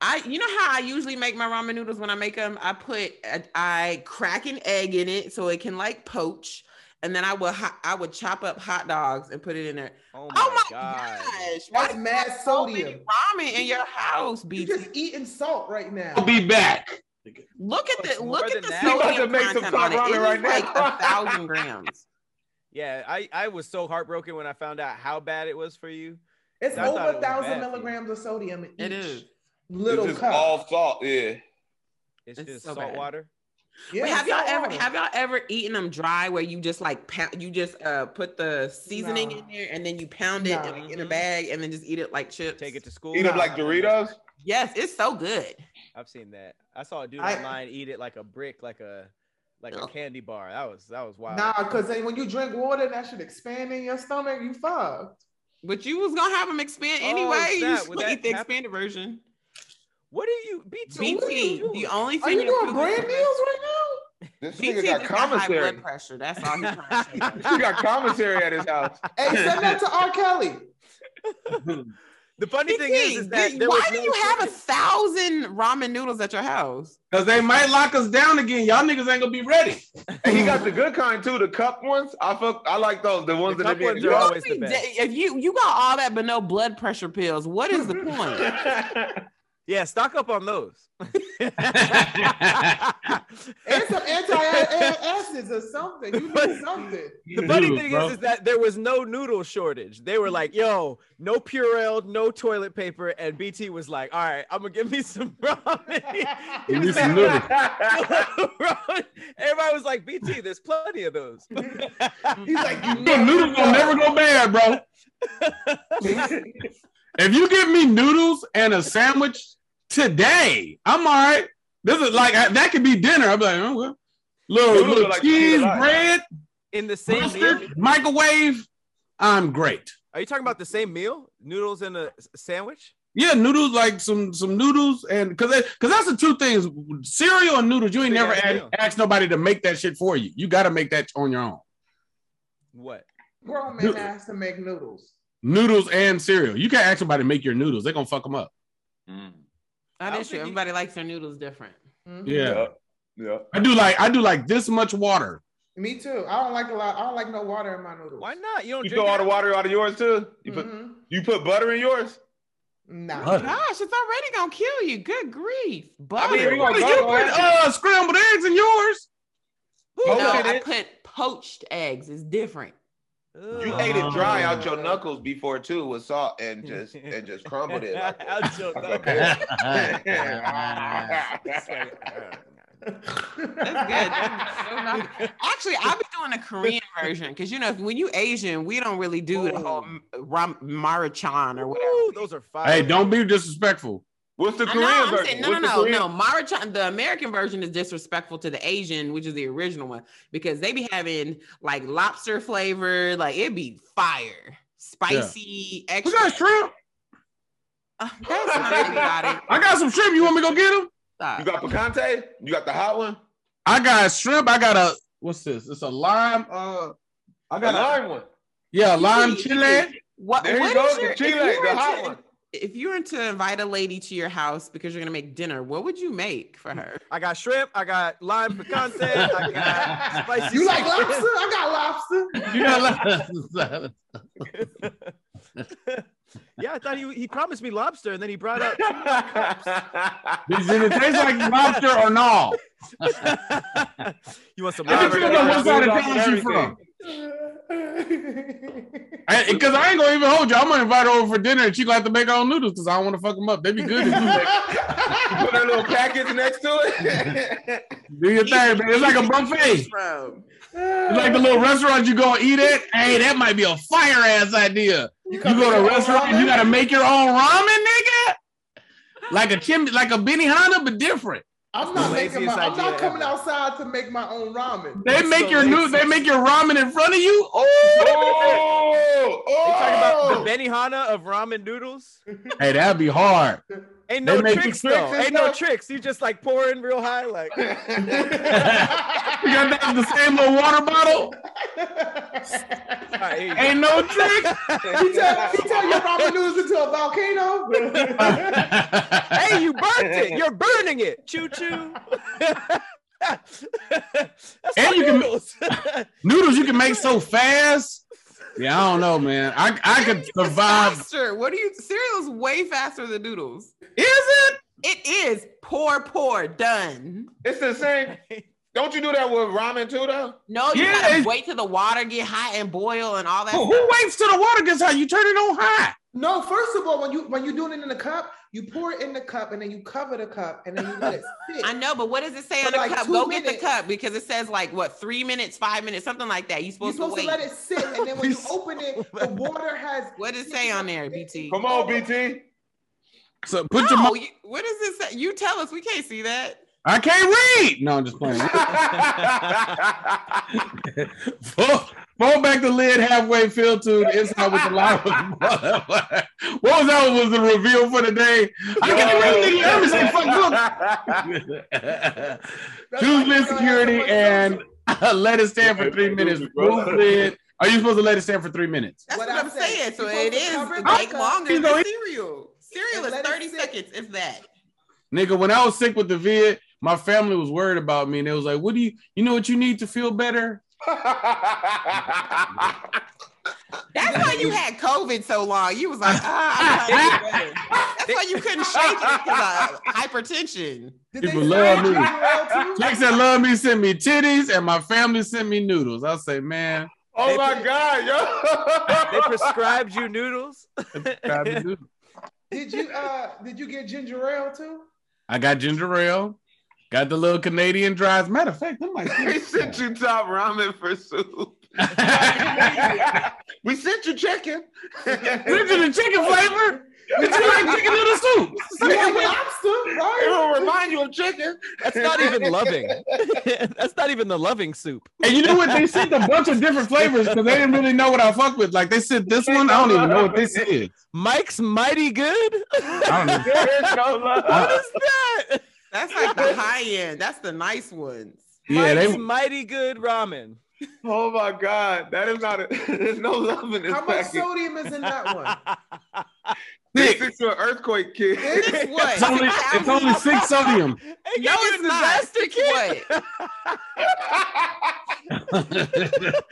S4: I you know how I usually make my ramen noodles when I make them? I put I, I crack an egg in it so it can like poach. And then I would ho- I would chop up hot dogs and put it in there.
S5: Oh my,
S4: Oh my
S5: god.
S4: gosh! Why
S3: That's
S4: do you
S3: mad
S4: have so many
S3: sodium.
S4: ramen in your house,
S3: You
S4: BT?
S3: just eating salt right now.
S1: i'll be back
S4: Look at
S5: It's
S4: the
S5: more
S4: look
S5: than
S4: at the
S5: that.
S2: You about to
S4: sodium
S2: make some
S4: content on it.
S2: top
S4: It
S2: ramen
S4: is
S2: right
S4: like
S2: now.
S4: a thousand grams.
S5: Yeah, I, I was so heartbroken when I found out how bad it was for you.
S3: It's
S5: I thought
S3: over
S5: it
S3: a
S5: was
S3: thousand
S5: bad for you.
S3: milligrams of sodium in
S4: It
S3: each
S4: is.
S3: little
S2: it's just
S3: cup.
S2: all salt. Yeah.
S5: It's,
S4: It's
S5: just
S4: so
S5: salt
S4: bad.
S5: water.
S3: Yeah,
S4: Wait, have
S3: it's
S4: y'all
S3: salt
S4: ever
S3: water.
S4: have y'all ever eaten them dry where you just like pound, you just uh put the seasoning
S3: No.
S4: in there and then you pound it
S3: No.
S4: in, in a bag and then just eat it like chips?
S5: Take it to school.
S2: Eat them like Doritos.
S4: Yes, it's so good.
S5: I've seen that. I saw a dude
S3: I-
S5: online eat it like a brick, like a like a
S4: Ugh.
S5: candy bar. That was that was wild.
S3: Nah, because then when you drink water, that should expand in your stomach. You fucked.
S4: But you was gonna have them expand
S5: Oh,
S4: anyway. You
S5: snap.
S4: should
S5: Would that
S4: eat the
S5: happen?
S4: expanded version.
S5: What are you BT? what are
S4: BT,
S5: you
S4: the
S5: doing?
S4: only
S3: Are
S4: thing
S3: you doing
S4: food-
S3: brand deals right
S2: This
S4: BT
S2: nigga got
S4: just got high
S2: commissary.
S4: blood pressure. That's all he's trying to show.
S2: He got commissary at his house.
S3: now? Hey, send that to R. Kelly.
S5: The funny thing is, is
S4: BT,
S5: that
S4: did-
S5: there was
S4: why do
S5: no
S4: you have a
S5: chicken.
S4: thousand ramen noodles at your house?
S1: because they might lock us down again y'all niggas ain't gonna be ready
S2: And he got the good kind too, the cup ones. I fuck, I like those, the ones
S5: The
S2: that
S5: cup
S2: they
S5: ones
S2: be
S5: are
S2: in-
S5: always the
S4: Every
S5: best.
S4: day- If you you got all that but no blood pressure pills, what is the point?
S5: Yeah, stock up on those.
S3: And some anti-acids or something. You need something.
S5: The funny
S1: Dude,
S5: thing
S1: bro.
S5: is, is that there was no noodle shortage. They were like, "Yo, no Purell, no toilet paper," and BT was like, "All right, I'm gonna give me some ramen."
S1: Give me some noodles.
S5: Everybody was like, "BT, there's plenty of those."
S3: He's like, you
S1: Your noodles will never go bad bro if you give me noodles and a sandwich today i'm all right this is like I- that could be dinner i'm like oh, well. little,
S2: Noodles are
S1: little
S2: like
S1: cheese
S2: pizza.
S1: bread
S5: In the same meal,
S1: Mustard, microwave. I'm great.
S5: are you talking about the same meal? Noodles and a s- sandwich?
S1: Yeah, noodles like some some noodles and because because that's the two things cereal and noodles. You ain't
S5: Big
S1: never
S5: ass
S1: ask,
S5: meal.
S1: ask nobody to make that shit for you. You got to make that on your own.
S5: What?
S3: Grown man has to make noodles.
S1: Noodles and cereal. You can't ask somebody to make your noodles. They're gonna fuck them up. Mm.
S5: I
S4: That
S5: don't
S4: is true.
S5: think you-
S4: Everybody likes their noodles different.
S3: Mhm.
S1: Yeah,
S2: yeah.
S4: Oh,
S1: I do like I do like this much water.
S3: Me too. I don't like a lot. I don't like no water in my noodles.
S5: Why not? You don't
S2: You
S5: drink
S2: throw all
S5: that?
S2: the water out of yours too. You put
S4: Mm-hmm.
S3: Mhm.
S2: you put butter in yours.
S3: Nah.
S1: Butter.
S4: Gosh, it's already gonna kill you. Good grief. Butter.
S2: mean, we gonna-
S1: You put uh, scrambled eggs in yours.
S4: no,
S2: Poach it
S4: I
S2: in.
S4: put poached eggs. It's different.
S5: Ugh.
S2: You ate it dry
S1: Mm.
S2: out your knuckles before too with salt and just and just crumbled it. Like
S5: Out your
S2: like a
S5: knuckles.
S2: bear.
S5: It's like, uh,
S4: That's good. That's so nice. Actually, I'll be doing a Korean version because you know when you Asian, we don't really do the whole ram- marachan or whatever.
S5: Ooh, those are fire.
S1: Hey, don't be disrespectful.
S2: What's the
S4: I
S2: Korean
S4: know, I'm
S2: version?
S4: saying, no, no,
S2: What's the
S4: no,
S2: Korean-
S4: no. Marachan, the American version is disrespectful to the Asian, which is the original one, because they be having like lobster flavor, like it'd be fire,
S1: We
S4: spicy, extra.
S1: got shrimp.
S4: Uh, that's not really about it.
S1: I got some shrimp. You want me to go get them?
S4: Stop.
S2: You got picante? You got the hot one?
S1: I got shrimp. I got a what's this? It's a lime. Uh, I
S2: The
S1: got a,
S2: lime one.
S1: yeah, lime chile.
S4: What,
S2: There you
S4: what
S2: go.
S4: is your-
S2: The
S4: if
S2: chile,
S4: you were
S2: the hot
S4: to-
S2: one.
S4: If you were to invite a lady to your house because you're gonna make dinner, what would you make for her?
S5: I got shrimp. I got lime picante. I got spicy.
S3: You like
S5: sauce.
S3: lobster? I got lobster.
S1: You got
S5: yeah, I thought he he promised me lobster, and then he brought up.
S1: Does it taste like lobster or no?
S5: you want some
S1: I
S5: lobster?
S1: just don't know what side of
S2: Lobster,
S1: town she from.
S3: That's
S1: Because I, ain't gonna even hold you. I'm gonna invite her over for dinner, and she gonna have to make her own noodles because I don't want to fuck them up. They be good. if you make-
S2: Put that little package next to it.
S1: Do your thing, man. It's like a buffet.
S4: From
S1: It's like the little restaurant you go eat at. Hey, that might be a fire ass idea. You go to a restaurant and you gotta make your own ramen, nigga. Like a chimney, like a Benihana, but different.
S3: I'm
S5: That's
S3: not
S5: the
S3: making my.
S5: laziest
S3: I'm
S5: idea
S3: not coming
S5: ever.
S3: outside to make my own ramen.
S1: They
S5: That's
S1: make
S5: so
S1: your new,
S5: lazy.
S1: they make your ramen in front of you. Oh,
S2: oh,
S5: They talking
S2: oh.
S5: about the Benihana of ramen noodles.
S1: hey, that'd be hard.
S5: Ain't
S1: They
S5: no
S1: make you
S5: tricks
S1: tricks
S5: though.
S1: and
S5: Ain't no
S1: stuff?
S5: tricks. You just like pouring real high, like.
S1: You got that in the same little water bottle.
S5: All right, here you go.
S1: Ain't no trick.
S3: He tell, he tell your ramen noodles into a volcano.
S5: hey, you burnt it. You're burning it. Choo choo.
S1: And you can- Noodles you can make so fast. Yeah, I don't know, man. I I could survive. Is
S4: faster. What are you? Cereal's way faster than noodles.
S1: it?
S4: It is poor, poor, done.
S2: It's the same. Don't you do that with ramen too, though?
S4: No, you
S1: Yeah,
S4: gotta
S1: it's-
S4: wait till the water get hot and boil and all that.
S1: Who,
S4: stuff.
S1: who waits till the water gets hot? You turn it on high.
S3: no, first of all, when you when you're doing it in the cup, you pour it in the cup and then you cover the cup and then you let it sit.
S4: I know, but what does it say
S3: For
S4: on the
S3: like
S4: cup?
S3: two
S4: Go get
S3: minutes.
S4: the cup because it says like what three minutes, five minutes, something like that. You
S3: You're
S4: supposed,
S3: supposed to,
S4: to wait.
S3: let it sit, and then when you open it, the water has.
S4: what does it say on there, BT?
S2: Come on, BT.
S1: So put your.
S4: No,
S1: Mo-
S4: you, what does it say? You tell us. We can't see that.
S1: I can't read. No, I'm just playing. Fall fall back the lid halfway, filled to the inside with the lime. what was that? Was the reveal for the day? I can't read. Nigga, let me say fuck look. Choose lid security and let it stand for three minutes. Remove lid. Are you supposed to let it stand for three minutes?
S4: That's
S3: What
S4: what,
S3: I'm
S4: I'm saying.
S3: saying.
S4: So
S3: You supposed
S4: it
S3: to
S4: is
S3: cover it
S4: like
S3: back up.
S4: longer
S1: You
S4: than
S1: know it-
S4: cereal.
S3: And
S4: Cereal is
S3: let it
S4: 30
S3: sit.
S4: seconds, if that.
S1: Nigga, when I was sick with the vid, my family was worried about me and they was like, What do you you know what you need to feel better?
S4: That's why you had COVID so long. You was like, ah, I'm trying to get better. That's why you couldn't shake it because of hypertension.
S3: Did
S1: People
S3: say
S1: love
S3: that
S1: me.
S3: you
S1: Chicks that love me sent me titties and my family sent me noodles. I say, man,
S2: oh my God,
S5: they
S2: yo.
S5: prescribed you noodles.
S1: grab the noodles.
S3: Did you uh? Did you get ginger ale too?
S1: I got ginger ale, got the little Canadian dries. Matter of fact, I
S2: we
S1: might
S2: sent you top ramen for soup. we sent you chicken.
S1: Did you the chicken flavor? Did you like chicken noodle soup?
S3: You like lobster,
S2: It
S3: right?
S2: will remind you of chicken.
S5: That's not even loving. That's not even the loving soup.
S1: And you know what? They sent a bunch of different flavors because they didn't really know what I fuck with. Like they said this one, I don't even know what this is.
S5: Mike's mighty good.
S1: I don't know.
S2: There is no love.
S5: what is that?
S4: That's like the high end. That's the nice ones.
S1: Yeah,
S5: Mike's
S1: they
S5: mighty good ramen.
S2: Oh my God, that is not. A, there's no love in this
S3: How much
S2: package.
S3: sodium is in that one?
S2: This
S1: thick.
S2: is an earthquake kid.
S4: It's what?
S1: It's only it's only six sodium.
S5: Hey,
S4: No,
S5: you
S4: it's
S5: a
S4: not.
S5: disaster
S4: It's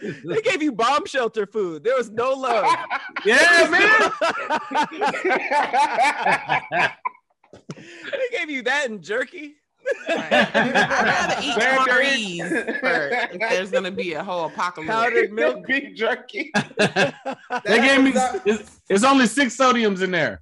S5: kid. they gave you bomb shelter food. There was no love.
S1: yeah, man.
S5: they gave you that and jerky.
S4: I'd
S2: Man,
S4: rather
S2: there
S4: eat
S2: is-
S4: MREs first if there's gonna be a whole apocalypse.
S5: Powdered milk.
S2: Beef jerky.
S1: They gave me it's, it's only six sodiums in there.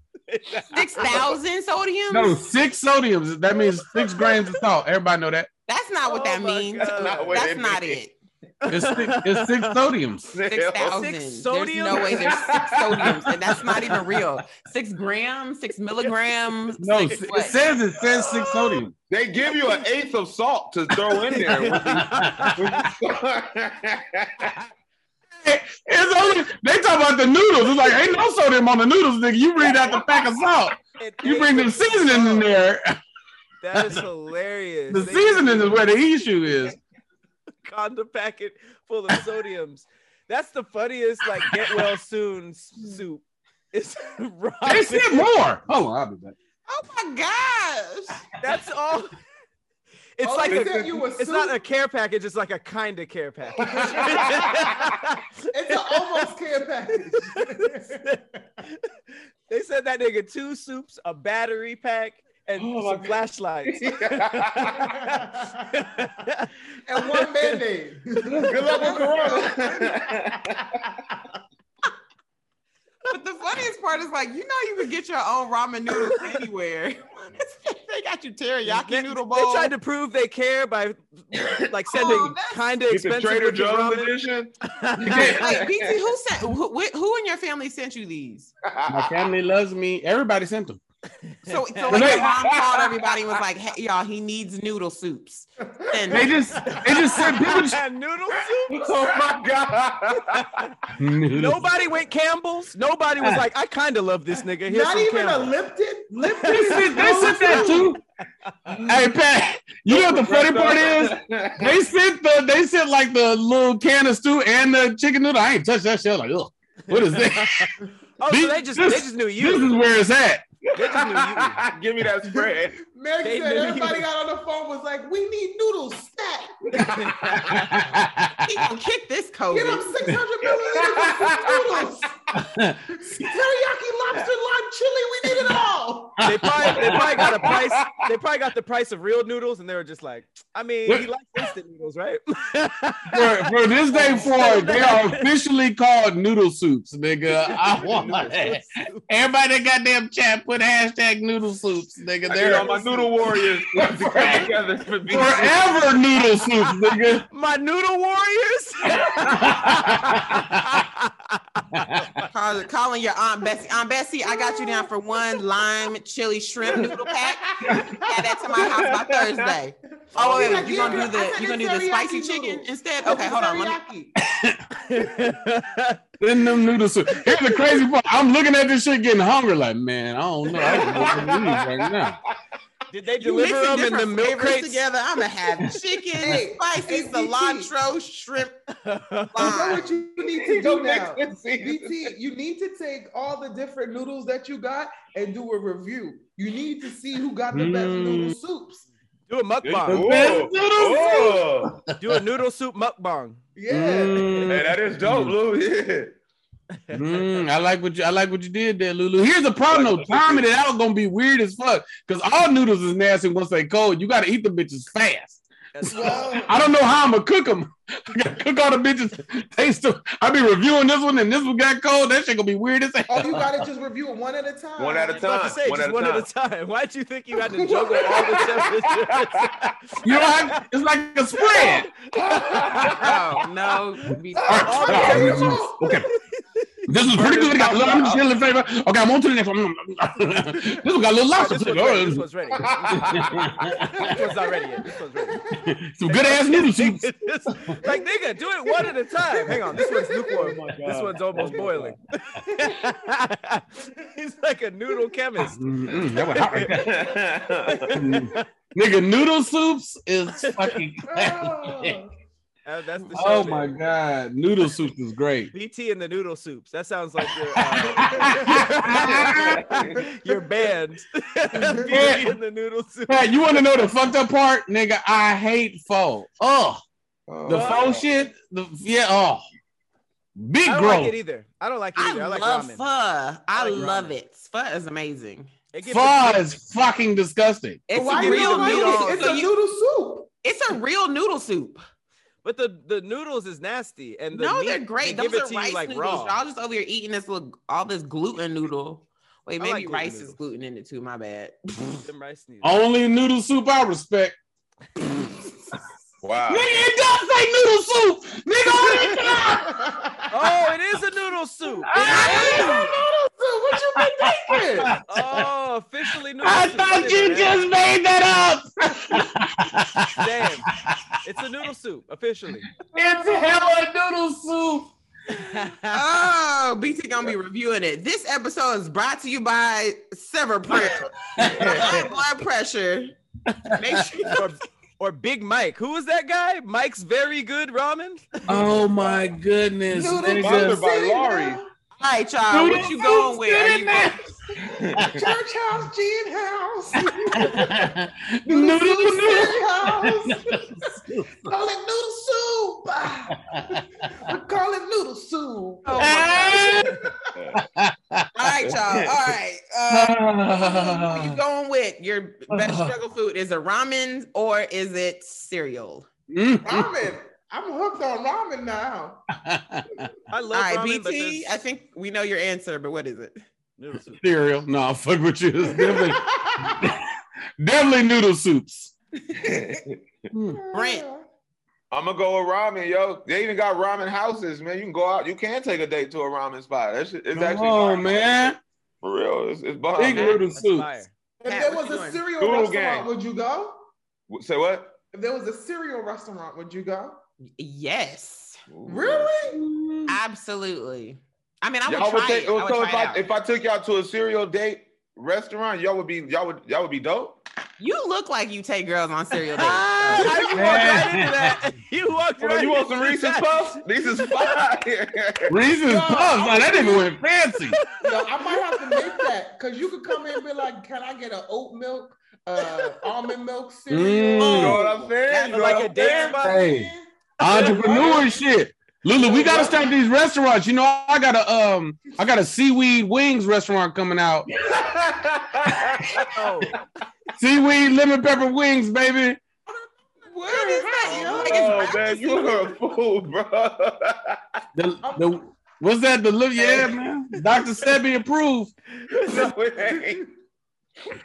S4: Six thousand sodiums?
S1: No, six sodiums. That means six grams of salt. Everybody know that.
S4: That's not what
S5: Oh
S4: that
S5: my
S4: means.
S5: God.
S4: That's
S2: Not
S4: not,
S2: what it means.
S4: it.
S1: It's six, it's six sodiums.
S4: Six thousand. There's no
S5: sodiums?
S4: way there's six sodiums, and that's not even real. Six grams, six milligrams.
S1: No,
S4: six
S1: it
S4: what?
S1: says it says six sodiums.
S2: They give you an eighth of salt to throw in there. when you- when you-
S1: It's only they talk about the noodles. It's like ain't no sodium on the noodles, nigga. You bring out the pack of salt.
S5: It
S1: You
S5: ain't
S1: bring them
S5: the
S1: seasoning in
S5: salt.
S1: there.
S5: That is hilarious.
S1: The
S5: They
S1: seasoning is where the issue is.
S5: condom packet full of sodiums. That's the funniest like get well soon s- soup. It's raw.
S1: They said more. Hold on, I'll be back.
S4: Oh my gosh!
S5: That's all. It's
S3: Oh,
S5: like
S3: they
S5: a,
S3: said you a
S5: it's not
S3: soup.
S5: a care package. It's like a kind of care package.
S3: It's an almost care package.
S5: they said that nigga two soups, a battery pack, and
S1: Oh,
S5: some flashlights.
S3: and one band aid.
S2: Good luck with Corona.
S4: But the funniest part is like, you know, you could get your own ramen noodles anywhere. they got you teriyaki noodle bowl.
S5: They tried to prove they care by like sending
S4: Oh, that's-
S5: kind of
S2: Get the
S5: expensive
S2: Trader
S5: with your
S2: Joe's
S5: ramen.
S2: edition.
S4: Wait, BT, who sent? Who, wh- who in your family sent you these?
S1: My family loves me. Everybody sent them.
S4: So, so like your mom called everybody and was like, "Hey, y'all, he needs noodle soups." Send
S1: They
S4: them.
S1: just they just sent people. just-
S5: noodle soup.
S2: Oh my God.
S5: Nobody went Campbell's. Nobody was like, I kind of love this nigga. Here's
S3: not
S5: some
S3: even a
S5: Campbell's.
S3: Lipton. Lipton.
S1: They
S3: is
S1: sent, they
S3: no
S1: sent that
S3: soup.
S1: too. Hey Pat, you know what the funny part is? They sent the they sent like the little can of stew and the chicken noodle. I ain't touched that shit. Like, ugh, what is this?
S5: oh, so they just they
S1: This-
S5: just knew
S1: This is
S5: you.
S1: where it's at.
S5: They just knew you.
S2: Give me that spread.
S3: Meg
S5: They
S3: said
S5: knew
S3: everybody
S5: you-
S3: got on the phone was like, "We need noodles stat.
S4: He gonna kick this
S3: Get them
S4: COVID.
S3: 600 milliliters of some noodles. Teriyaki lobster lime chili. We need it all."
S5: They probably, they probably got a price. They probably got the price of real noodles, and they were just like, I mean, he likes instant noodles, right?
S1: For, for this day forward, they are officially called noodle soups, nigga. I want my ass. Everybody that goddamn chat put hashtag noodle soups, nigga.
S2: There
S1: They're
S2: are my noodle warriors. together for me.
S1: forever noodle soups, nigga.
S5: My noodle warriors.
S4: Call- calling your aunt Bessie. Aunt Bessie, I got you down for one lime chili shrimp noodle pack. Add that to my house by Thursday. Oh wait, wait, wait. you gonna do the you gonna do the spicy chicken instead? Okay, hold on. let me-
S1: Then them noodle soups. Here's the crazy part. I'm looking at this shit getting hungry. Like, man, I don't know. I can go to these right now.
S5: Did they
S4: You
S5: deliver
S4: mixing
S5: them in the
S4: different
S5: milk
S4: flavors
S5: crates?
S4: together. I'm gonna have chicken,
S3: Hey,
S4: spicy
S3: hey, BT.
S4: cilantro, shrimp.
S3: You know
S4: Lime.
S3: what you need
S2: He
S3: to
S2: go
S3: do
S2: next
S3: now.
S2: and see.
S3: BT, you need to take all the different noodles that you got and do a review. You need to see who got the best
S1: Mm.
S3: noodle soups.
S5: Do a mukbang.
S2: Ooh.
S1: Noodle soup.
S2: Ooh.
S5: Do a noodle soup mukbang.
S3: Yeah.
S2: Hey,
S1: Mm.
S2: that is dope, Lou. Yeah.
S1: Mm, I like what you I like what you did there, Lulu. Here's the problem though. Timing it out gonna be weird as fuck. Cause all noodles is nasty once they cold. You gotta eat the bitches fast.
S3: Well,
S1: I don't know how I'm gonna cook them. I gotta cook all the bitches. Taste them. I be reviewing this one and this one got cold. That shit gonna be weird as hell.
S3: all you gotta just review it one at a time.
S2: One at a
S5: I was about to
S2: time.
S5: say,
S2: One
S5: just
S2: at a
S5: one
S2: time.
S5: at a time. Why'd you think you had to juggle all the temperatures?
S1: You know how it's like a spread.
S4: Oh no, BT.
S1: All right, all right, I'm gonna do this. Okay. This was pretty good. It got a little, I'm just feeling flavor. Okay, I'm on to the next one. this one got a little
S5: All right,
S1: lobster.
S5: this, one's
S1: flavor.
S5: ready. this one's ready. This one's not ready yet. This one's ready.
S1: Some good ass noodle soups.
S5: This- like, nigga, do it one at a time. Hang on. This one's lukewarm.
S1: Oh
S5: this one's almost boiling. He's like a noodle chemist.
S1: Mm-mm, that went hot right there. Nigga, noodle soups is fucking.
S3: Oh.
S5: Uh, that's the
S1: oh
S5: show,
S1: my
S5: baby.
S1: god, noodle soups is great.
S5: BT and the noodle soups. That sounds like your uh, your band. BT and the noodle soup.
S1: Pat, you want to know the fucked up part, nigga? I hate pho. Oh, the
S5: Wow.
S1: pho shit. The yeah. Oh, big
S5: I don't
S1: gross.
S5: like it either. I don't like it
S4: I
S5: either. I, like
S4: love
S5: ramen.
S4: pho. I,
S5: like
S4: love
S5: ramen.
S4: it. Pho is amazing.
S5: It gives
S1: Pho
S5: it-
S1: is fucking disgusting.
S4: It's
S3: Why
S4: a
S3: you
S4: real
S3: don't like
S4: noodle.
S3: it? It's
S4: so
S3: a
S4: you-
S3: noodle soup.
S4: it's a real noodle soup.
S5: But the, the noodles is nasty. And the
S4: no,
S5: meat,
S4: they're
S5: They
S4: great.
S5: give
S4: Those
S5: it
S4: are
S5: to
S4: rice
S5: you like
S4: noodles.
S5: raw.
S4: Y'all just over here eating this little all this gluten noodle. Wait,
S5: I
S4: maybe
S5: like gluten
S4: rice is
S5: noodles.
S4: gluten in it too. My bad.
S5: Them rice noodles.
S1: Only noodle soup I respect.
S2: Wow.
S1: it does say noodle soup. Nigga, only time.
S5: Oh, it is a noodle soup.
S3: What you been thinking?
S5: Oh, officially noodle
S1: I
S5: soup.
S1: thought
S5: Shit,
S1: you
S5: man.
S1: just made that up.
S5: Damn. It's a noodle soup, officially.
S1: It's hella noodle soup.
S4: Oh, BT gonna be reviewing it. This episode is brought to you by Sever Prayer. High blood pressure. Make sure
S5: or, or Big Mike. Who was that guy? Mike's Very Good Ramen?
S1: Oh my goodness.
S3: Noodle
S2: Sponsored
S1: nigga.
S2: by Laurie.
S4: All right, y'all. What you going with? Are you going-
S3: Church house, Gene house.
S1: Noodle soup.
S3: house. Call it noodle soup. we call it noodle soup.
S4: Oh,
S1: Ah.
S4: All right, y'all. All right. Uh, what you going with? Your best struggle food is it ramen or is it cereal?
S3: Ramen. I'm hooked on ramen now.
S1: Mm.
S5: I
S4: All
S5: love
S4: right,
S5: ramen, but
S4: BT.
S5: there's-
S4: I think we know your answer, but what is it?
S5: noodle soup.
S1: Cereal. No, I fuck with you. It's definitely, definitely noodle soups.
S4: Brent.
S2: I'm gonna go with ramen, yo. They even got ramen houses, man. You can go out. You can take a date to a ramen spot. That shit, it's
S1: Come
S2: actually
S1: on,
S2: fire.
S1: man.
S2: For real, it's, it's bomb.
S1: Big
S2: man.
S1: noodle
S5: That's
S1: soup.
S5: fire.
S3: If
S4: Pat,
S3: there was
S4: what you
S3: a
S4: doing?
S3: cereal
S2: Noodle
S3: restaurant,
S2: gang.
S3: would you go?
S2: Say what?
S3: If there was a cereal restaurant, would you go?
S4: Yes,
S3: Really?
S4: absolutely. I mean, I would
S2: y'all
S4: try
S2: would take.
S4: it. I
S2: so
S4: would try
S2: if
S4: it
S2: I
S4: out.
S2: if I took y'all to a cereal date restaurant, y'all would be y'all would y'all would be dope.
S4: You look like you take girls on cereal dates.
S5: Ah, how you walked right into that. You walked
S2: Bro,
S5: right
S2: you want some
S5: into
S2: Reese's
S5: that.
S2: Puffs? Reese's fire.
S1: Reasons
S3: Yo,
S1: puffs. Like, that even went fancy.
S3: Yo, I might have to make that because you could come in and be like, "Can I get an oat milk, uh, almond milk cereal?"
S2: you
S1: Mm.
S2: know what I'm saying? You know
S5: Like
S2: what
S5: a
S2: I'm
S5: date
S2: saying?
S1: Hey,
S5: spot.
S1: entrepreneur shit. Lulu, we gotta start these restaurants. You know, I got a um, I got a seaweed wings restaurant coming out.
S5: Oh,
S1: Seaweed lemon pepper wings, baby.
S4: What is that?
S3: Oh,
S4: You look like
S2: Oh
S4: it's
S2: man, you are a fool, bro.
S1: The, the what's that? The li- yeah, man. Dr. Sebi approved.
S2: no, it ain't.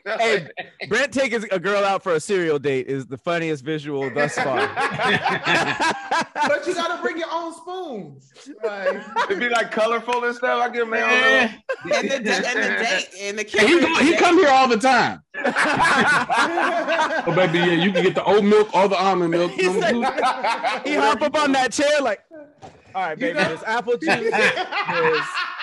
S2: No, it
S5: hey, Brent taking a girl out for a cereal date is the funniest visual thus far.
S3: but you gotta bring your own spoons. Like,
S2: It'd be like colorful and stuff. I give man.
S1: Yeah.
S4: and the, da- and the date and the
S1: Hey, he,
S4: kid.
S1: go- he come here all the time. Oh, baby, yeah, you can get the oat milk or the almond milk.
S5: He's like- he hop up on that chair like, all right, baby,
S3: got-
S5: there's apple juice, there's,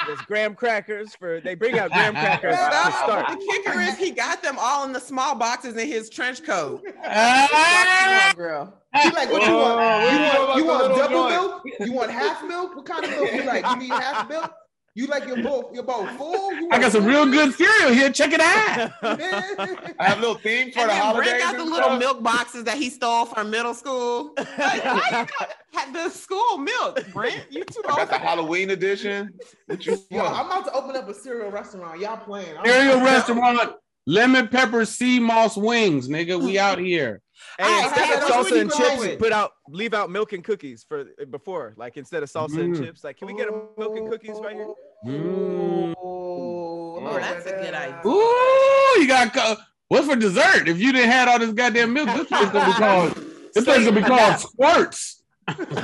S5: there's graham crackers for, they bring out graham crackers to
S4: Stop.
S5: start.
S4: The kicker is he got them all in the small boxes in his trench coat.
S1: Ah!
S3: girl. You like what you
S5: Oh,
S2: Whoa,
S3: want? You
S2: what
S3: want,
S2: about the
S3: you want
S2: little
S3: double
S2: joint?
S3: milk? You want half milk? What kind of milk you like? You need half milk? You like your bowl, your bowl full? You
S1: I got
S3: want
S1: some real
S3: full
S1: good cereal here. Check it out.
S3: milk?
S2: I have a little theme for
S4: and
S2: the
S4: then
S2: holidays.
S4: Brent got
S2: and
S4: the little
S2: stuff.
S4: milk boxes that he stole from middle school. Like, why you got- had the school milk, Brent. You too
S2: I
S4: old.
S2: got the Halloween edition. What you
S3: Yo,
S2: want?
S3: I'm about to open up a cereal restaurant. Y'all playing? I'm-
S1: Cereal restaurant, lemon pepper sea moss wings, nigga. We out here.
S5: Hey,
S4: All right,
S5: instead of
S4: Pat, what
S5: salsa
S4: you
S5: and
S4: going
S5: chips,
S4: with?
S5: put out, leave out milk and cookies for before, like instead of salsa and
S1: Mm.
S5: chips. Like, can we get a milk and cookies right here?
S1: Mm.
S4: Oh, that's a good idea.
S1: Ooh, you got co- what's for dessert? If you didn't had all this goddamn milk, this place gonna be called this place gonna be called squirts.
S5: Ew.
S4: Hey,
S1: We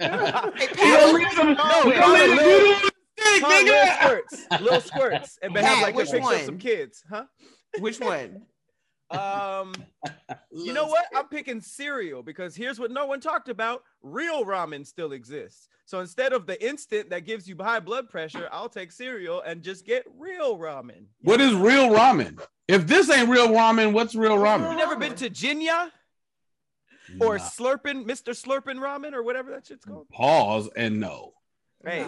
S4: Pat,
S1: gonna leave
S4: which,
S1: them- we
S5: call
S1: gonna leave
S5: it
S1: the
S5: little-
S1: noodle on the stick,
S5: Huh, little
S1: nigga.
S5: squirts, little squirts, and
S4: Pat,
S5: have like a
S4: which
S5: picture
S4: one?
S5: of some kids, huh?
S4: which one?
S5: Um, you know what? I'm picking cereal because here's what no one talked about: real ramen still exists. So instead of the instant that gives you high blood pressure, I'll take cereal and just get real ramen.
S1: What is real ramen? If this ain't real ramen, what's real
S5: You
S1: ramen?
S5: never been to Jinya or
S1: Nah.
S5: Slurpin, Mr. Slurpin Ramen or whatever that shit's called?
S1: pause and no.
S5: Hey,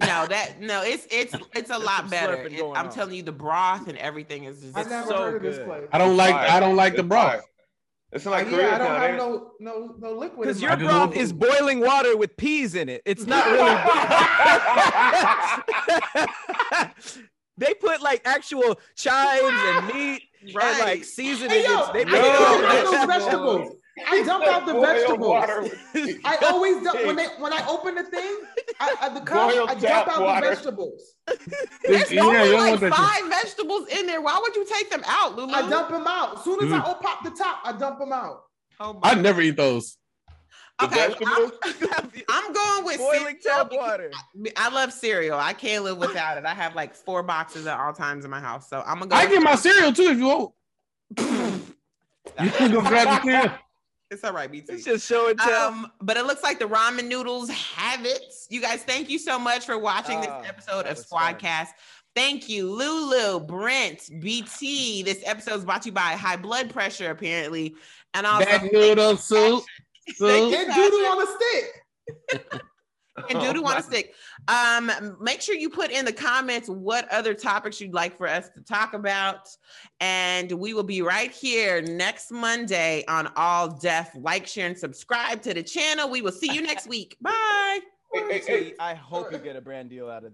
S4: No, that no, it's it's it's a
S5: There's
S4: lot
S5: some
S4: better.
S5: slurping
S4: It-
S5: going
S4: I'm
S5: on.
S4: telling you, the broth and everything is just
S3: I never
S5: so
S3: heard of this
S5: good.
S3: place.
S1: I don't like
S2: Fire.
S1: I don't like the
S2: It's
S1: broth.
S2: fire. It's like
S3: yeah, I
S2: Korea
S3: don't
S2: town.
S3: have
S2: ain't it?
S3: no no no liquid.
S5: because
S3: in
S5: your
S3: my
S1: just
S5: broth
S1: want-
S5: is boiling water with peas in it. It's not really. they put like actual chives and meat and
S4: Right.
S5: like seasoning.
S3: Hey, yo,
S5: It's- they
S3: I
S5: put it
S2: yo,
S5: all
S3: dumped out
S5: in
S3: those
S5: that.
S3: vegetables. I dumped out the
S2: Boiled
S3: vegetables.
S2: water with-
S3: I always dump when they when I open the thing. I, I, the cops, I drop out
S2: water.
S3: the vegetables.
S4: There's
S1: Yeah, you
S4: only
S1: don't
S4: like
S1: want that
S4: five vegetables in there. Why would you take them out, Lulu?
S3: I dump them out. Soon as I pop the top, I dump them out.
S4: Oh my-
S1: I never eat those.
S2: The
S4: okay, well,
S2: vegetables?
S4: I'm, I'm going with
S5: Boiling
S4: cereal
S5: tap
S4: because
S5: water.
S4: I love cereal. I can't live without it. I have like four boxes at all times in my house, so I'm gonna go.
S1: I get my cereal too if you want. You can go grab the cereal.
S4: it's all right, BT.
S5: It's just show and tell.
S4: Um, but it looks like the ramen noodles have it. You guys, thank you so much for watching
S5: Ah,
S4: this episode
S5: that
S4: of
S5: was fun.
S4: Squadcast. Thank you, Lulu, Brent, BT. This episode is brought to you by high blood pressure, apparently, and also
S1: That noodle soup.
S4: Thank
S1: soup.
S4: you,
S3: And doodle on a stick.
S4: and do want to stick. Um, make sure you put in the comments what other topics you'd like for us to talk about, and we will be right here next Monday on All Deaf. Like, share, and subscribe to the channel. We will see you next week. Bye.
S2: Hey, hey, hey.
S5: I hope you get a brand deal out of this.